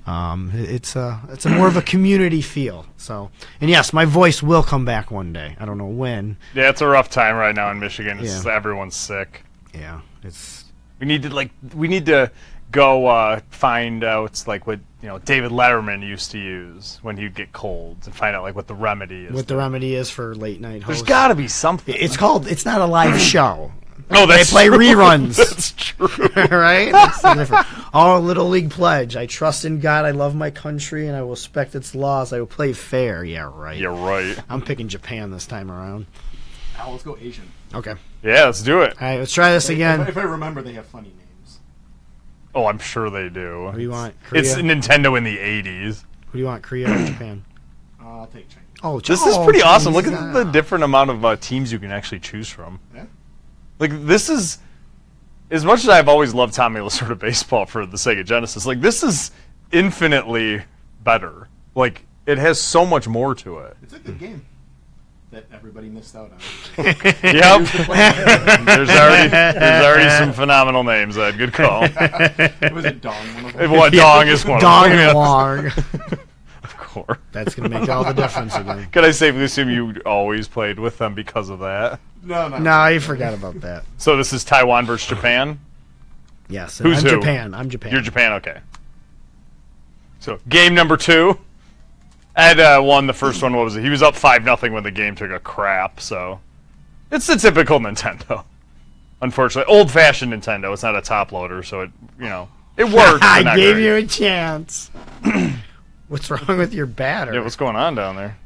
um, it- it's a it's a more of a community feel. So, and yes, my voice will come back one day. I don't know when. Yeah, it's a rough time right now in Michigan. It's Yeah. just everyone's sick. Yeah, it's. We need to like we need to go uh, find out like what you know David Letterman used to use when he'd get colds and find out like what the remedy is. What the remedy is for late night There's hosts? got to be something. It's called. It's not a live show. Oh, that's they play true. reruns. That's true. right? That's the difference. Our little league pledge. I trust in God. I love my country, and I will respect its laws. I will play fair. Yeah, right. Yeah, right. I'm picking Japan this time around. Now Oh, let's go Asian. Okay. Yeah, let's do it. All right, let's try this If- again. If, I remember, they have funny names. Oh, I'm sure they do. What do you want, Korea? It's Nintendo in the 80s. Who do you want, Korea or Japan? Uh, I'll take China. Oh, This is pretty awesome. Look at the different amount of uh, teams you can actually choose from. Yeah. Like this is as much as I've always loved Tommy Lasorda baseball for the Sega Genesis. Like this is infinitely better. Like it has so much more to it. It's a good game that everybody missed out on. yep. there's already there's already some phenomenal names. Ed. Good call. Was it Dong one of them? It- what, Dong is one. of them, Dong yes. and Wong. of course. That's gonna make all the difference again. Could I safely assume you always played with them because of that? No, no. No, you forgot about that. So this is Taiwan versus Japan. Yes, and Who's I'm who? Japan. I'm Japan. You're Japan. Okay. So game number two. Ed uh, won the first one. What was it? He was up five nothing when the game took a crap. So it's the typical Nintendo. Unfortunately, old-fashioned Nintendo. It's not a top loader, so it you know it works. I but not gave great. you a chance. what's wrong with your batter? Yeah, what's going on down there?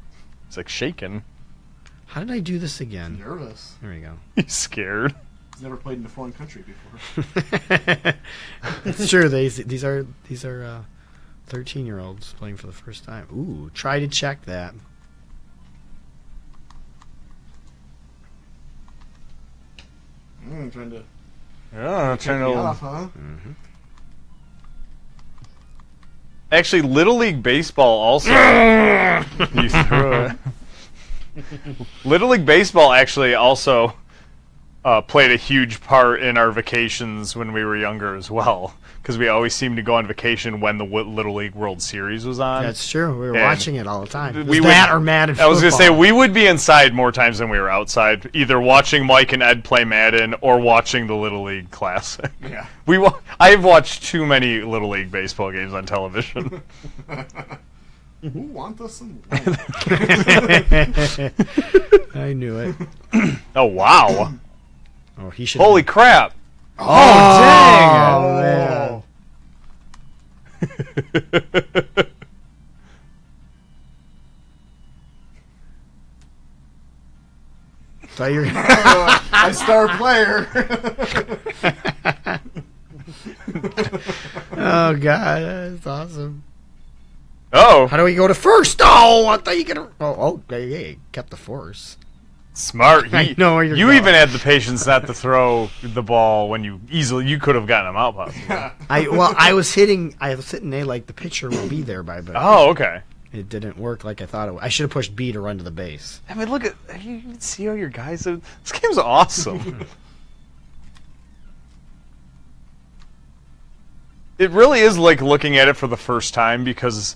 It's like shaking. How did I do this again? Nervous. There we go. He's scared. He's never played in a foreign country before. It's true. These these are these are uh, thirteen year olds playing for the first time. Ooh, try to check that. Mm, trying to. Yeah, Turn me off, huh? Actually, Little League Baseball also. you threw it. Little League Baseball actually also uh, played a huge part in our vacations when we were younger as well, because we always seemed to go on vacation when the Wo- Little League World Series was on. That's true. We were And watching it all the time. It we was would- that or Mad at I was gonna say football. we would be inside more times than we were outside, either watching Mike and Ed play Madden or watching the Little League Classic. Yeah. we wa- I've watched too many Little League baseball games on television. Who want us in? I knew it. oh wow! Oh, he should. Holy crap! Oh, Oh, man. dang! Thought you were- a star player. oh god, that's awesome. Oh, how do we go to first? Oh, I thought you could. Oh, oh, yeah, yeah, you kept the force. Smart. I He- know where you're you going. even had the patience not to throw the ball when you easily you could have gotten him out. Possibly. I well, I was hitting. I was hitting A like the pitcher would be there by, but Oh, okay. it didn't work like I thought it. would. I should have pushed B to run to the base. I mean, look at you can see all your guys. Are, this game's awesome. it really is like looking at it for the first time because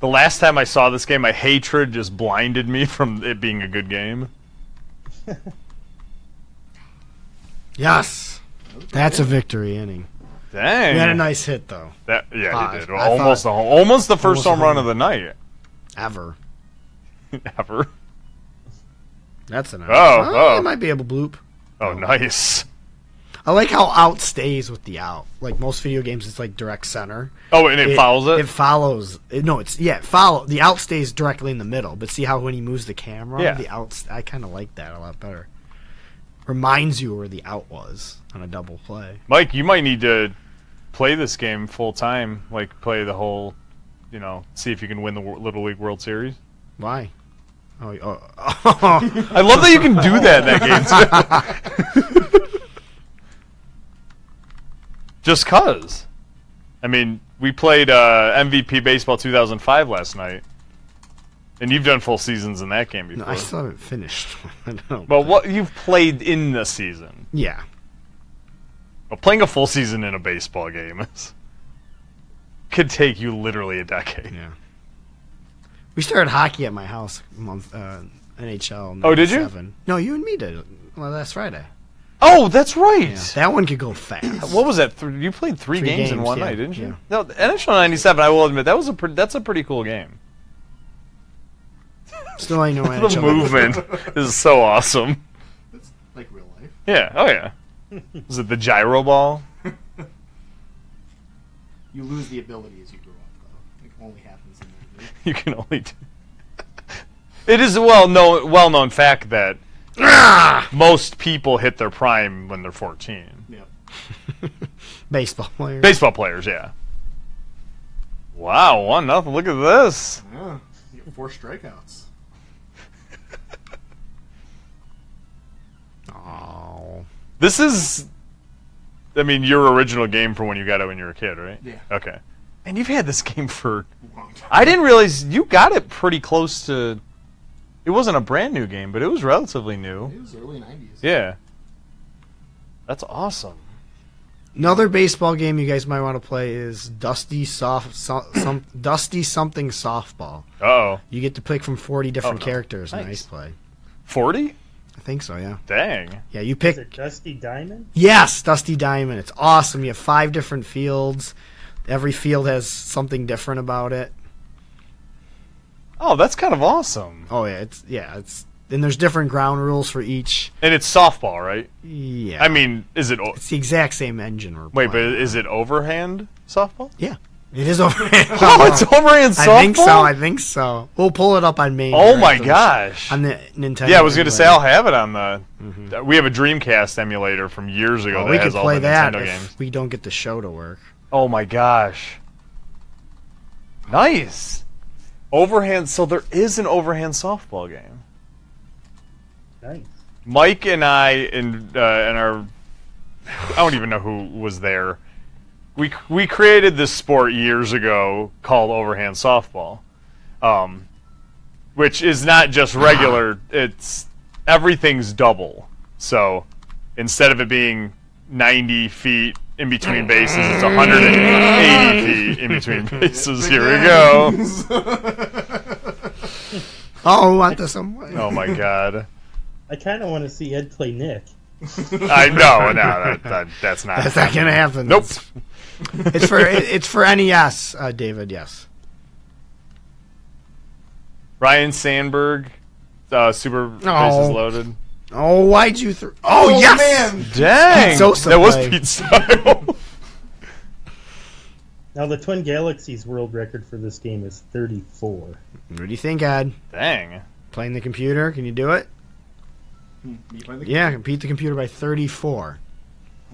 the last time I saw this game, my hatred just blinded me from it being a good game. Yes, that's a victory inning. Dang. You had a nice hit though. That yeah, he Five. did. I almost thought- the home, almost the almost first a home run home of the night Ever. ever. That's an. Oh, oh. I might be able to bloop. Oh, nice. I like how out stays with the out. Like most video games, it's like direct center. Oh, and it follows it? It follows. It, no, it's yeah. It follow the out stays directly in the middle. But see how when he moves the camera, Yeah. the out. I kind of like that a lot better. Reminds you where the out was on a double play. Mike, you might need to play this game full time. Like play the whole, you know, see if you can win the Wor- Little League World Series. Why? Oh, oh, oh. I love that you can do that in that game. Too. Just cause. I mean, we played uh, MVP Baseball 2005 last night, and you've done full seasons in that game no, before. I still haven't finished. I don't. But what you've played in the season? Yeah. Well, playing a full season in a baseball game is, could take you literally a decade. Yeah. We started hockey at my house month uh, NHL. Oh, did you? 97. No, you and me did. Well, last Friday. Oh, that's right. That one could go fast. What was that? Th- you played three, Three games, in games, one yeah, night, didn't you? yeah. No, the NHL '97. I will admit that was a pre- that's a pretty cool game. Still, I know the NHL. movement is so awesome. like real life. Yeah. Oh yeah. Is it the gyro ball? You lose the ability as you grow up, though. It only happens in the movie. You can only. do... It is a well known well known fact that Ah! most people hit their prime when they're 14. Yep. Baseball player. Baseball players, yeah. Wow, one nothing. Look at this. Yeah. You get four strikeouts. Oh. This is, I mean, your original game from when you got it when you were a kid, right? Yeah. Okay. And you've had this game for. Long time. I didn't realize you got it pretty close to. It wasn't a brand new game, but it was relatively new. It was early 90s. Yeah. That's awesome. Another baseball game you guys might want to play is Dusty Soft so, some, Dusty Something Softball. Uh oh. You get to pick from 40 different no. characters. Nice. Nice. play. 40? I think so, yeah. Dang. Yeah, you Is pick it Dusty Diamond? Yes, Dusty Diamond. It's awesome. You have five different fields. Every field has something different about it. Oh, that's kind of awesome. Oh yeah, it's yeah, it's and there's different ground rules for each. And it's softball, right? Yeah, I mean, is it. O- it's the exact same engine. We're Wait, but playing. is it overhand softball? yeah, it is overhand. Oh, it's overhand softball? I think so. I think so. We'll pull it up on main. Oh here my after this- gosh. On the Nintendo. Yeah, I was gonna say I'll emulator. have it on the. We have a Dreamcast emulator from years ago Well, that we has could all play the that Nintendo if games. we don't get the show to work. Oh my gosh! Nice overhand. So there is an overhand softball game. Nice. Mike and I and uh, and our I don't even know who was there. We we created this sport years ago called overhand softball, um, which is not just regular. It's everything's double. So instead of it being 90 feet in between bases, it's 180 feet in between bases. Here we go. Hmm, Oh, I want this one. Oh my god. I kind of want to see Ed play Nick. I know, no, that, that, that's not. That's not gonna happen. Nope. It's for it- it's for NES, uh, David. Yes. Ryan Sandberg, uh, Super Bases Oh. Loaded. Oh, why'd you throw? Oh, Oh, yes. man. Dang. Pete Sosa That was play. Pete Sosa. Now the Twin Galaxies world record for this game is 34. What do you think, Ed? Dang. Playing the computer? Can you do it? Yeah, beat the computer by thirty-four.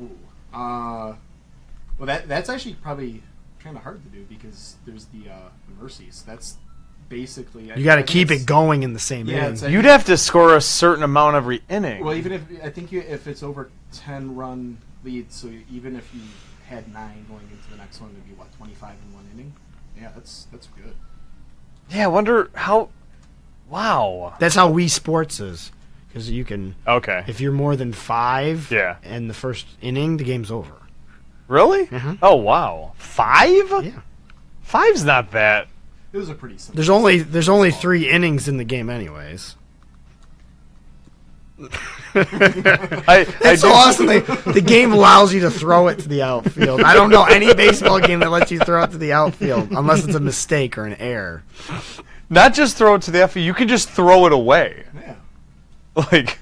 Ooh. Uh, well, that that's actually probably kind of hard to do because there's the uh, the mercies. That's basically You got to I think keep it's- it going in the same Yeah, inning. it's You'd have to score a certain amount every inning. Well, even if I think you, if it's over ten run lead, so even if you had nine going into the next one, it'd be what twenty five in one inning. Yeah, that's that's good. Yeah, I wonder how. Wow. That's how Wii Sports is, because you can. Okay. If you're more than five, Yeah. and the first inning, the game's over. Really? Mm-hmm. Oh wow. Five? Yeah. Five's not that. It was a pretty simple. There's only there's only three innings in the game, anyways. I, That's I so do- awesome. They, the game allows you to throw it to the outfield. I don't know any baseball game that lets you throw it to the outfield unless it's a mistake or an error. Not just throw it to the F. E, You can just throw it away. Yeah. Like.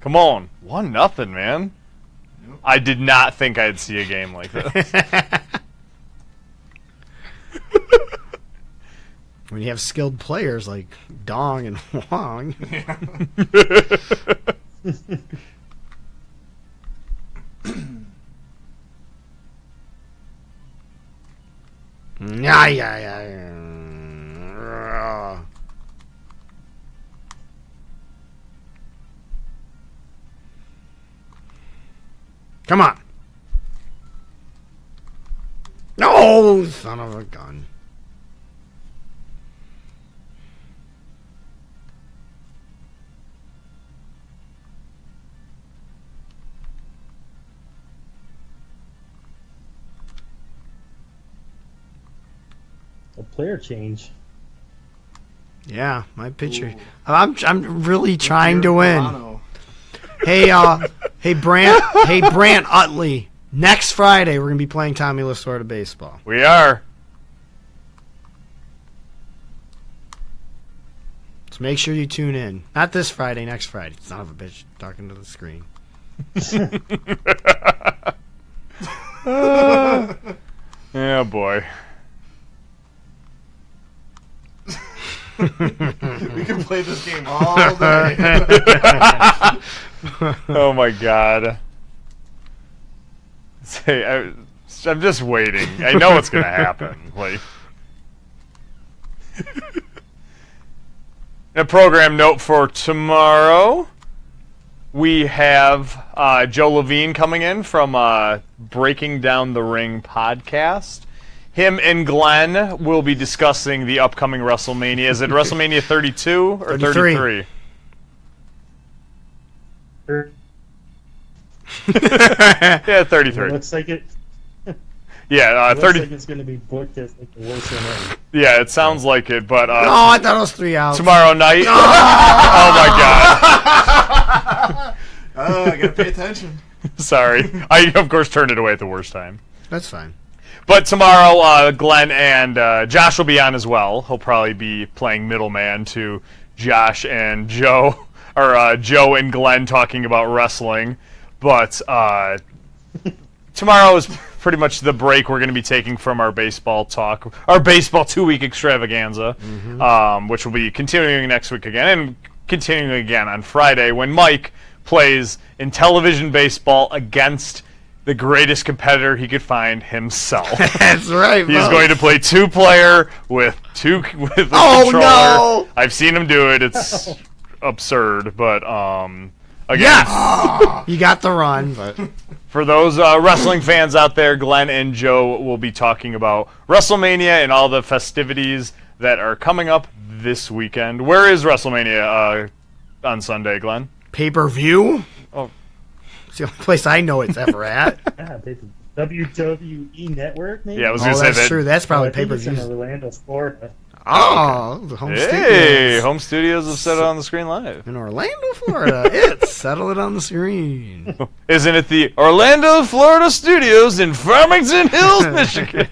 Come on, one nothing, man. I did not think I'd see a game like this. When you have skilled players like Dong and Wong. yeah, yeah, yeah, yeah. Come on. No, son of a gun. A player change. Yeah, my picture. I'm I'm really trying to win. Hey, uh, hey Brant, hey Brant Utley. Next Friday, we're gonna be playing Tommy Lasorda baseball. we are. So make sure you tune in. Not this Friday, next Friday. Son of a bitch, talking to the screen. Yeah, boy. we can play this game all day. oh my god. Say, I, I'm just waiting. I know what's gonna happen. Like, a program note for tomorrow. We have uh, Joe Levine coming in from uh, Breaking Down the Ring podcast. Him and Glenn will be discussing the upcoming WrestleMania. Is it WrestleMania 32 or 33? 33? yeah, 33. It looks like it. Yeah, uh, it looks 30. like it's going to be booked as like the worst one ever. yeah, it sounds like it, but uh, No, Oh, I thought it was three outs. tomorrow night. oh my god! oh, I gotta pay attention. Sorry, I of course turned it away at the worst time. That's fine. But tomorrow, uh, Glenn and uh, Josh will be on as well. He'll probably be playing middleman to Josh and Joe, or uh, Joe and Glenn talking about wrestling. But uh, tomorrow is pretty much the break we're going to be taking from our baseball talk, our baseball two week extravaganza, Mm-hmm. um, which will be continuing next week again and continuing again on Friday when Mike plays in television baseball against the greatest competitor he could find himself. That's right. He's Mo. going to play two player with two with a Oh, controller. no! I've seen him do it. It's absurd, but um again, Ah. You got the run, but for those uh, wrestling fans out there, Glenn and Joe will be talking about WrestleMania and all the festivities that are coming up this weekend. Where is WrestleMania uh, on Sunday, Glenn? Pay per view. Oh, it's the only place I know it's ever at. Yeah, they- WWE E Network, maybe? Yeah, I was gonna Oh, say that's that- true. That's probably I think it's in pay-per-views. Orlando, Florida. Oh, the home hey, studios. home studios have set it on the screen live in Orlando, Florida. it's settle it on the screen. Isn't it the Orlando, Florida studios in Farmington Hills, Michigan?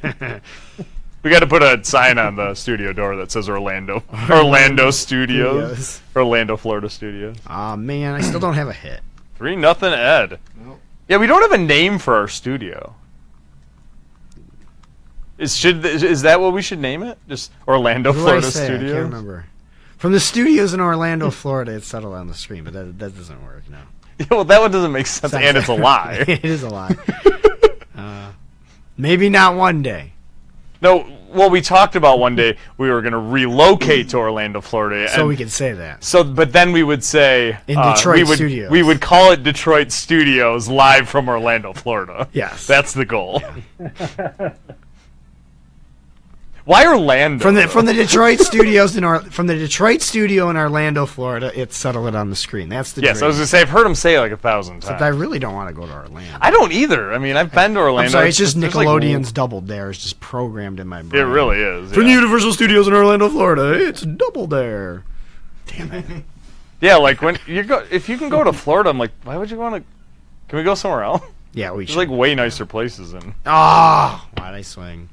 we got to put a sign on the studio door that says Orlando, Orlando Studios, Studios. Orlando, Florida Studios. Aw Ah, man, I still don't have a hit. Three nothing, Ed. Yeah, we don't have a name for our studio. Is should is that what we should name it? Just Orlando, What did I Florida say? I can't Studios. remember. From the studios in Orlando, Florida, it's settled on the screen, but that, that doesn't work. No, Yeah, well, that one doesn't make sense, Sounds- and it's a lie. it is a lie. uh, maybe not one day. No, well, we talked about one day we were going to relocate to Orlando, Florida. So and- we can say that. So, but then we would say In uh, Detroit we would, studios. We would call it Detroit Studios live from Orlando, Florida. Yes. that's the goal. Why Orlando? From the from the Detroit studios in or, from the Detroit studio in Orlando, Florida, it's settle it on the screen. That's the yes, I dream. was going to say I've heard him say it like a thousand Except I times. really don't want to go to Orlando. I don't either. I mean, I've been to Orlando. I'm sorry, it's just there's, like, Nickelodeon's Double Dare is just programmed in my It brain. really is. From yeah. Universal Studios in Orlando, Florida, it's Double Dare. Damn it. Yeah, like when you go, if you can go to Florida, I'm like, why would you want to? Can we go somewhere else? Yeah, we There's should. like way nicer places in Ah, why'd I swing?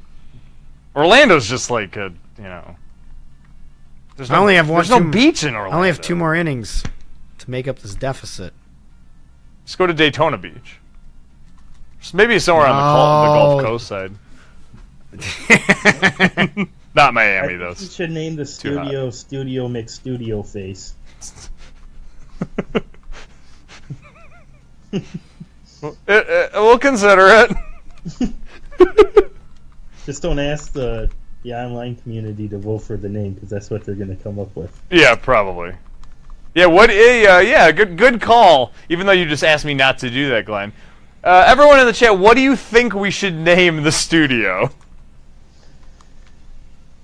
Orlando's just like a you know. There's I only have one. There's no two- beach in I Orlando. only have two more innings to make up this deficit. Just go to Daytona Beach. Just maybe somewhere on the, Gulf, the Gulf No. Coast side. Not Miami though. You should name the Too hot. studio Studio Mix Studio Face. Uh, uh, we'll consider it. Just don't ask the the online community to vote for the name because that's what they're going to come up with. Yeah, probably. Yeah, what? eh, Uh, yeah, good, good call. Even though you just asked me not to do that, Glenn. Uh, everyone in the chat, what do you think we should name the studio?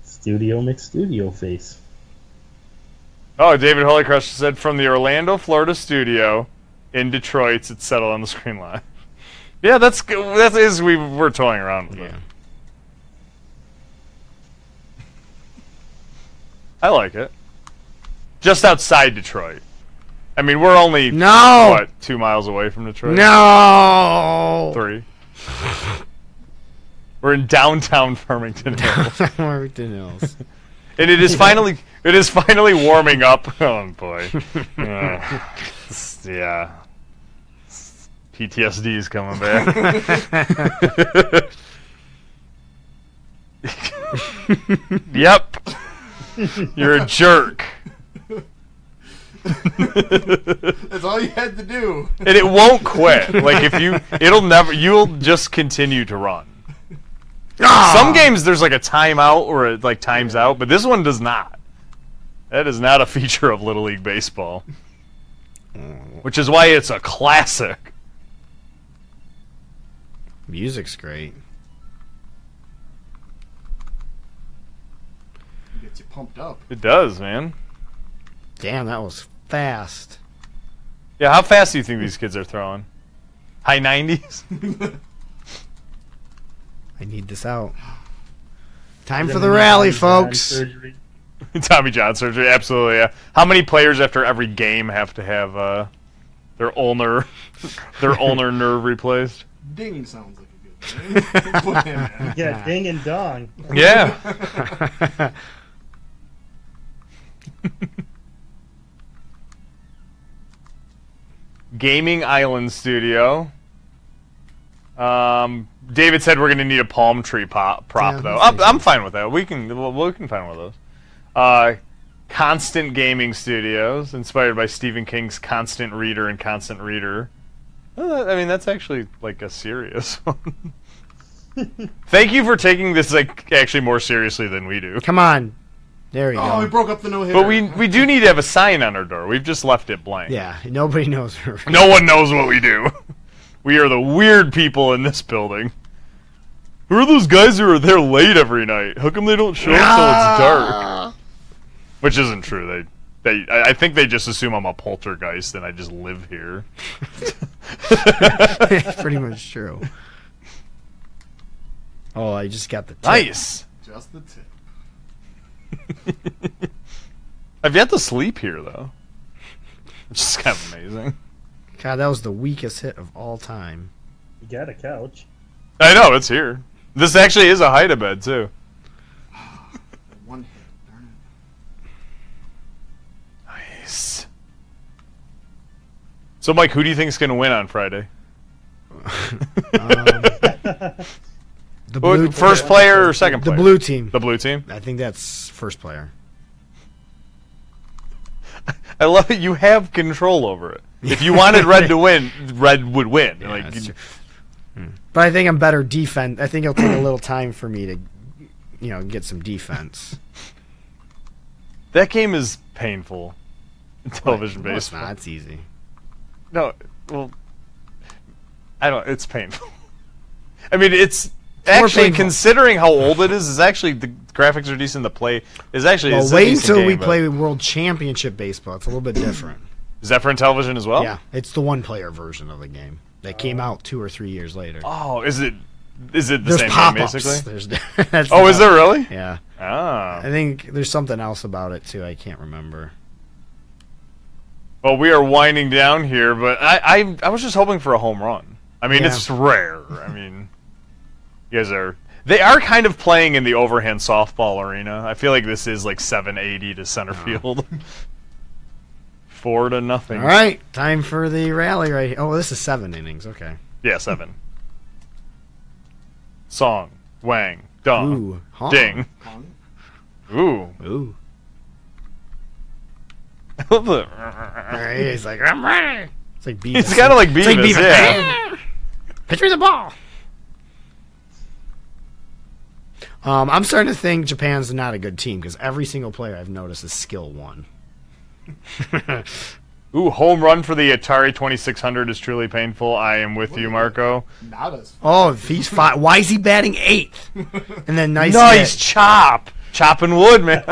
Studio Mix Studio Face. Oh, David Holycrush said from the Orlando, Florida studio in Detroit. It's settled on the screen live. Yeah, that's g- that is we we're toying around with it. I like it. Just outside Detroit. I mean, we're only No! what two miles away from Detroit. No. three. We're in downtown Farmington Hills, Everything else. and it is finally it is finally warming up. Oh boy, yeah, It's- yeah. PTSD is coming back. yep, you're a jerk, That's all you had to do. and it won't quit. Like if you, it'll never. You'll just continue to run. Some games there's like a timeout or it like times out, but this one does not. That is not a feature of Little League Baseball, which is why it's a classic. Music's great. Gets you pumped up. It does, man. Damn, that was fast. Yeah, how fast do you think these kids are throwing? High 90s? I need this out. Time Is for it the Tommy rally, John folks. surgery? Tommy John surgery, absolutely. Yeah. How many players after every game have to have uh, their ulnar their ulnar nerve replaced? Ding sounds like a good thing. Put him in. Yeah, ding and dong. Yeah. Gaming Island Studio. Um, David said we're going to need a palm tree pop, prop, Yeah, though. that's I'm, nice. I'm fine with that. We can we'll- we can find one of those. Uh, Constant Gaming Studios, inspired by Stephen King's Constant Reader and Constant Reader. Well, that- I mean, that's actually like a serious one. Thank you for taking this like actually more seriously than we do. Come on. There we Oh, we go. broke up the no hitter. But we we do need to have a sign on our door. We've just left it blank. Yeah, nobody knows. where we're- No one knows what we do. We are the weird people in this building. Who are those guys who are there late every night? How come they don't show up till it's dark? Which isn't true. They, they, I I think they just assume I'm a poltergeist and I just live here. It's pretty much true. Oh, I just got the tip. Nice. Just the tip. I've yet to sleep here though, which is kind of amazing. God, that was the weakest hit of all time. You got a couch. I know it's here. This actually is a hide a bed too. One hit. Darn it. Nice. So, Mike, who do you think's going to win on Friday? The Well, first player or second The player? blue team. The blue team. I think that's first player. I love it. You have control over it. If you wanted Red to win, Red would win. like, But I think I'm better defense. I think it'll take a little time for me to, you know, get some defense. that game is painful. Television No, it's based. not. It's easy. No, well, I don't. It's painful. I mean, it's actually painful. considering how old it is. Is actually the graphics are decent. The play is actually. Well, it's a wait decent until game, we but- play World Championship baseball. It's a little bit different. Is that for in television as well? yeah, it's the one-player version of the game that came out two or three years later. Oh, is it? Is it the There's same pop-ups. game basically? There's- that's oh, is not- there really? Yeah. Ah. I think there's something else about it too. I can't remember. Well, we are winding down here, but I, I, I was just hoping for a home run. I mean, Yeah. it's rare. I mean, you guys are. They are kind of playing in the overhand softball arena. I feel like this is like 780 to Oh. center field. Four to nothing. All right, time for the rally right here. Oh, this is seven innings. Okay. Yeah, seven. Song, wang, dong, Ooh, hong. ding. Ooh. Ooh. He's He's like, I'm ready. It's like Beavis. It's kind of like Beavis. It's like Beavis. Yeah. Pitch me the ball. Um, I'm starting to think Japan's not a good team because every single player I've noticed is skill one. Ooh, home run for the Atari 2600 is truly painful. I am with you, Marco. Not as Oh, if he's five. Why is he batting eighth? And then nice, Nice hit. chop. Chopping wood, man.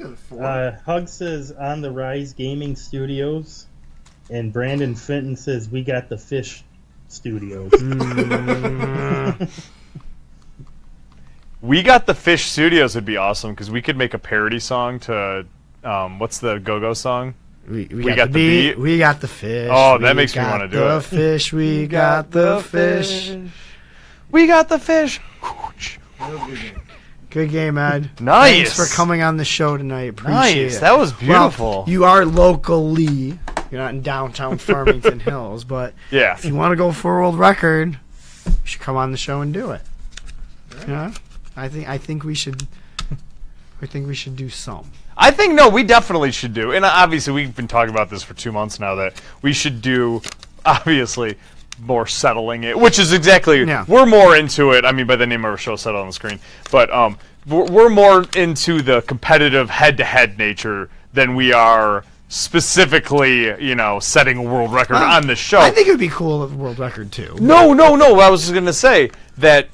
Uh, Hug says on the Rise Gaming Studios, and Brandon Fenton says we got the Fish Studios. Hmm. we got the Fish Studios would be awesome because we could make a parody song to um, what's the Go Go song? We, got, the, beat. We got the fish. Oh, that we makes me got wanna do the it. fish. We got the fish. We got the fish. Good game, Ed. Nice. Thanks for coming on the show tonight. Appreciate Nice. it. That was Well, beautiful. you are locally. You're not in downtown Farmington Hills, but Yeah. if you want to go for a world record, you should come on the show and do it. Yeah. I think I think we should I think we should do some. I think no, we definitely should do. And obviously, we've been talking about this for two months now that we should do, obviously, more settling it, which is exactly Yeah. we're more into it. I mean, by the name of our show, settle on the screen, but um, we're, we're more into the competitive head-to-head nature than we are specifically, you know, setting a world record on the show. I think it would be cool if world record too. No, no, no. I was just gonna say that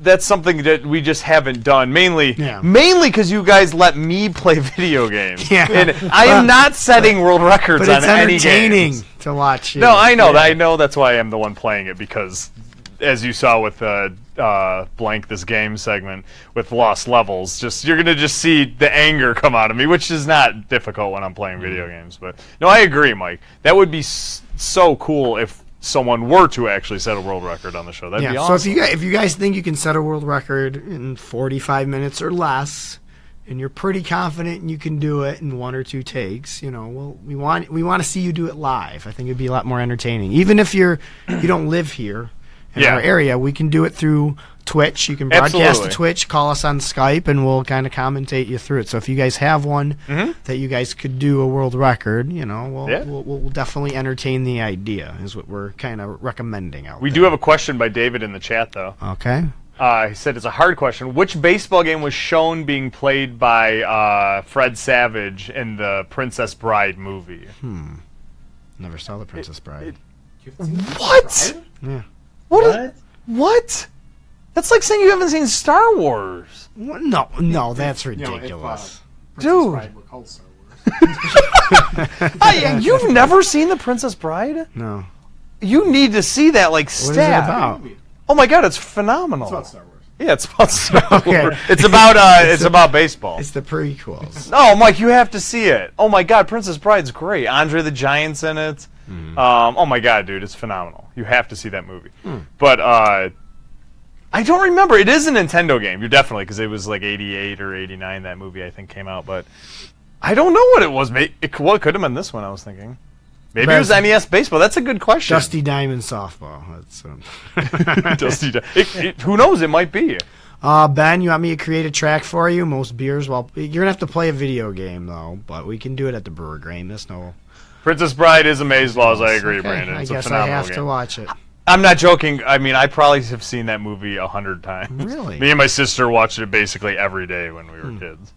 that's something that we just haven't done. Mainly, mainly because you guys let me play video games. Yeah. And I am not setting world records But on it's any entertaining games. to watch. you. No, I know. Yeah. I know. That's why I am the one playing it because, as you saw with uh, uh, blank this game segment with lost levels, just you're gonna just see the anger come out of me, which is not difficult when I'm Mm. playing video games. But no, I agree, Mike. That would be s- so cool if someone were to actually set a world record on the show. That'd yeah. be awesome. So if you guys, if you guys think you can set a world record in 45 minutes or less, and you're pretty confident and you can do it in one or two takes, you know, well, we want we want to see you do it live. I think it'd be a lot more entertaining. Even if you're you don't live here in Yeah. our area, we can do it through Twitch. You can broadcast Absolutely. to Twitch, call us on Skype, and we'll kind of commentate you through it. So if you guys have one Mhm. that you guys could do a world record, you know, we'll, Yeah. we'll, we'll definitely entertain the idea. Is what we're kind of recommending out. we do have a question by David in the chat, though. Okay. Uh, he said it's a hard question. Which baseball game was shown being played by uh, Fred Savage in the Princess Bride movie? Hmm. Never saw the Princess Bride. What? Yeah. What? What? what? That's like saying you haven't seen Star Wars. No, no, that's ridiculous. Dude. I, you've never seen The Princess Bride? No. You need to see that like What is it stat. about? Oh my god, it's phenomenal. It's about Star Wars. Yeah, it's about Star Wars. Okay. It's about uh it's, It's the- about baseball. It's the prequels. No, Oh, Mike, you have to see it. Oh my god, Princess Bride's great. Andre the Giant's in it. Um, oh my god, dude, it's phenomenal. You have to see that movie. Hmm. But uh, I don't remember. It is a Nintendo game. You're definitely because it was like '88 or '89 that movie I think came out. But I don't know what it was. May- It, c- well, it could have been this one. I was thinking. Maybe it was Res- NES baseball. That's a good question. Dusty Diamond softball. That's um, Dusty. Di- it- it- who knows? It might be. Uh, ben, you want me to create a track for you? Most beers. Well, you're gonna have to play a video game though, but we can do it at the brewer game. That's no. Princess Bride is a Maze Laws. I agree, Okay, Brandon. I It's guess a I phenomenal have to game. watch it. I'm not joking. I mean, I probably have seen that movie a hundred times. Really? Hmm. Me and my sister watched it basically every day when we were kids.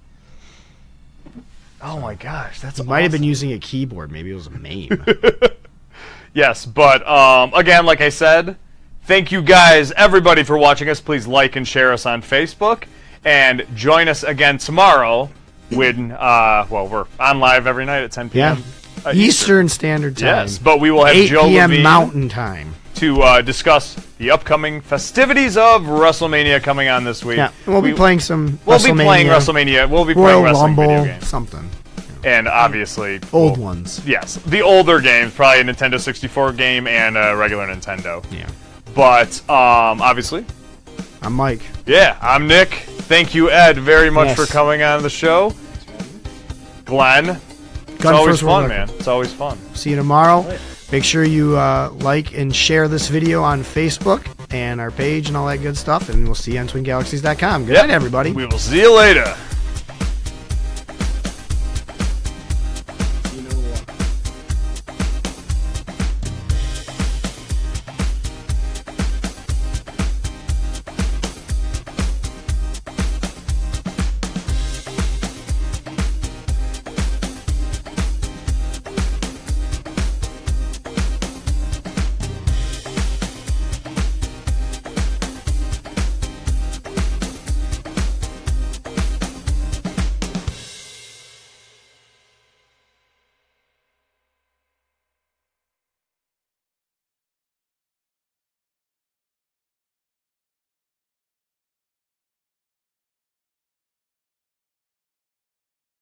Oh my gosh, that's You might have been using a keyboard. Maybe it was a MAME. Yes, but um, again, like I said, thank you guys, everybody, for watching us. Please like and share us on Facebook, and join us again tomorrow when uh, well, we're on live every night at 10 yeah. p.m. uh, Eastern Standard Time. Yes, but we will have 8 Joe p.m. Levine. Mountain Time. to uh, discuss the upcoming festivities of WrestleMania coming on this week. Yeah, we'll be We- playing some. We'll be playing WrestleMania. We'll be playing Royal wrestling Rumble, video games. something. and obviously Old we'll- ones. Yes, the older games, probably a Nintendo 64 game and a regular Nintendo. Yeah. But um, obviously, I'm Mike. yeah, I'm Nick. Thank you, Ed, very much Yes. for coming on the show. Glenn, it's Gun always First World fun, man. Record. It's always fun. See you tomorrow. Make sure you uh, like and share this video on Facebook and our page and all that good stuff. And we'll see you on TwinGalaxies.com. Good Yep. night, everybody. We will see you later.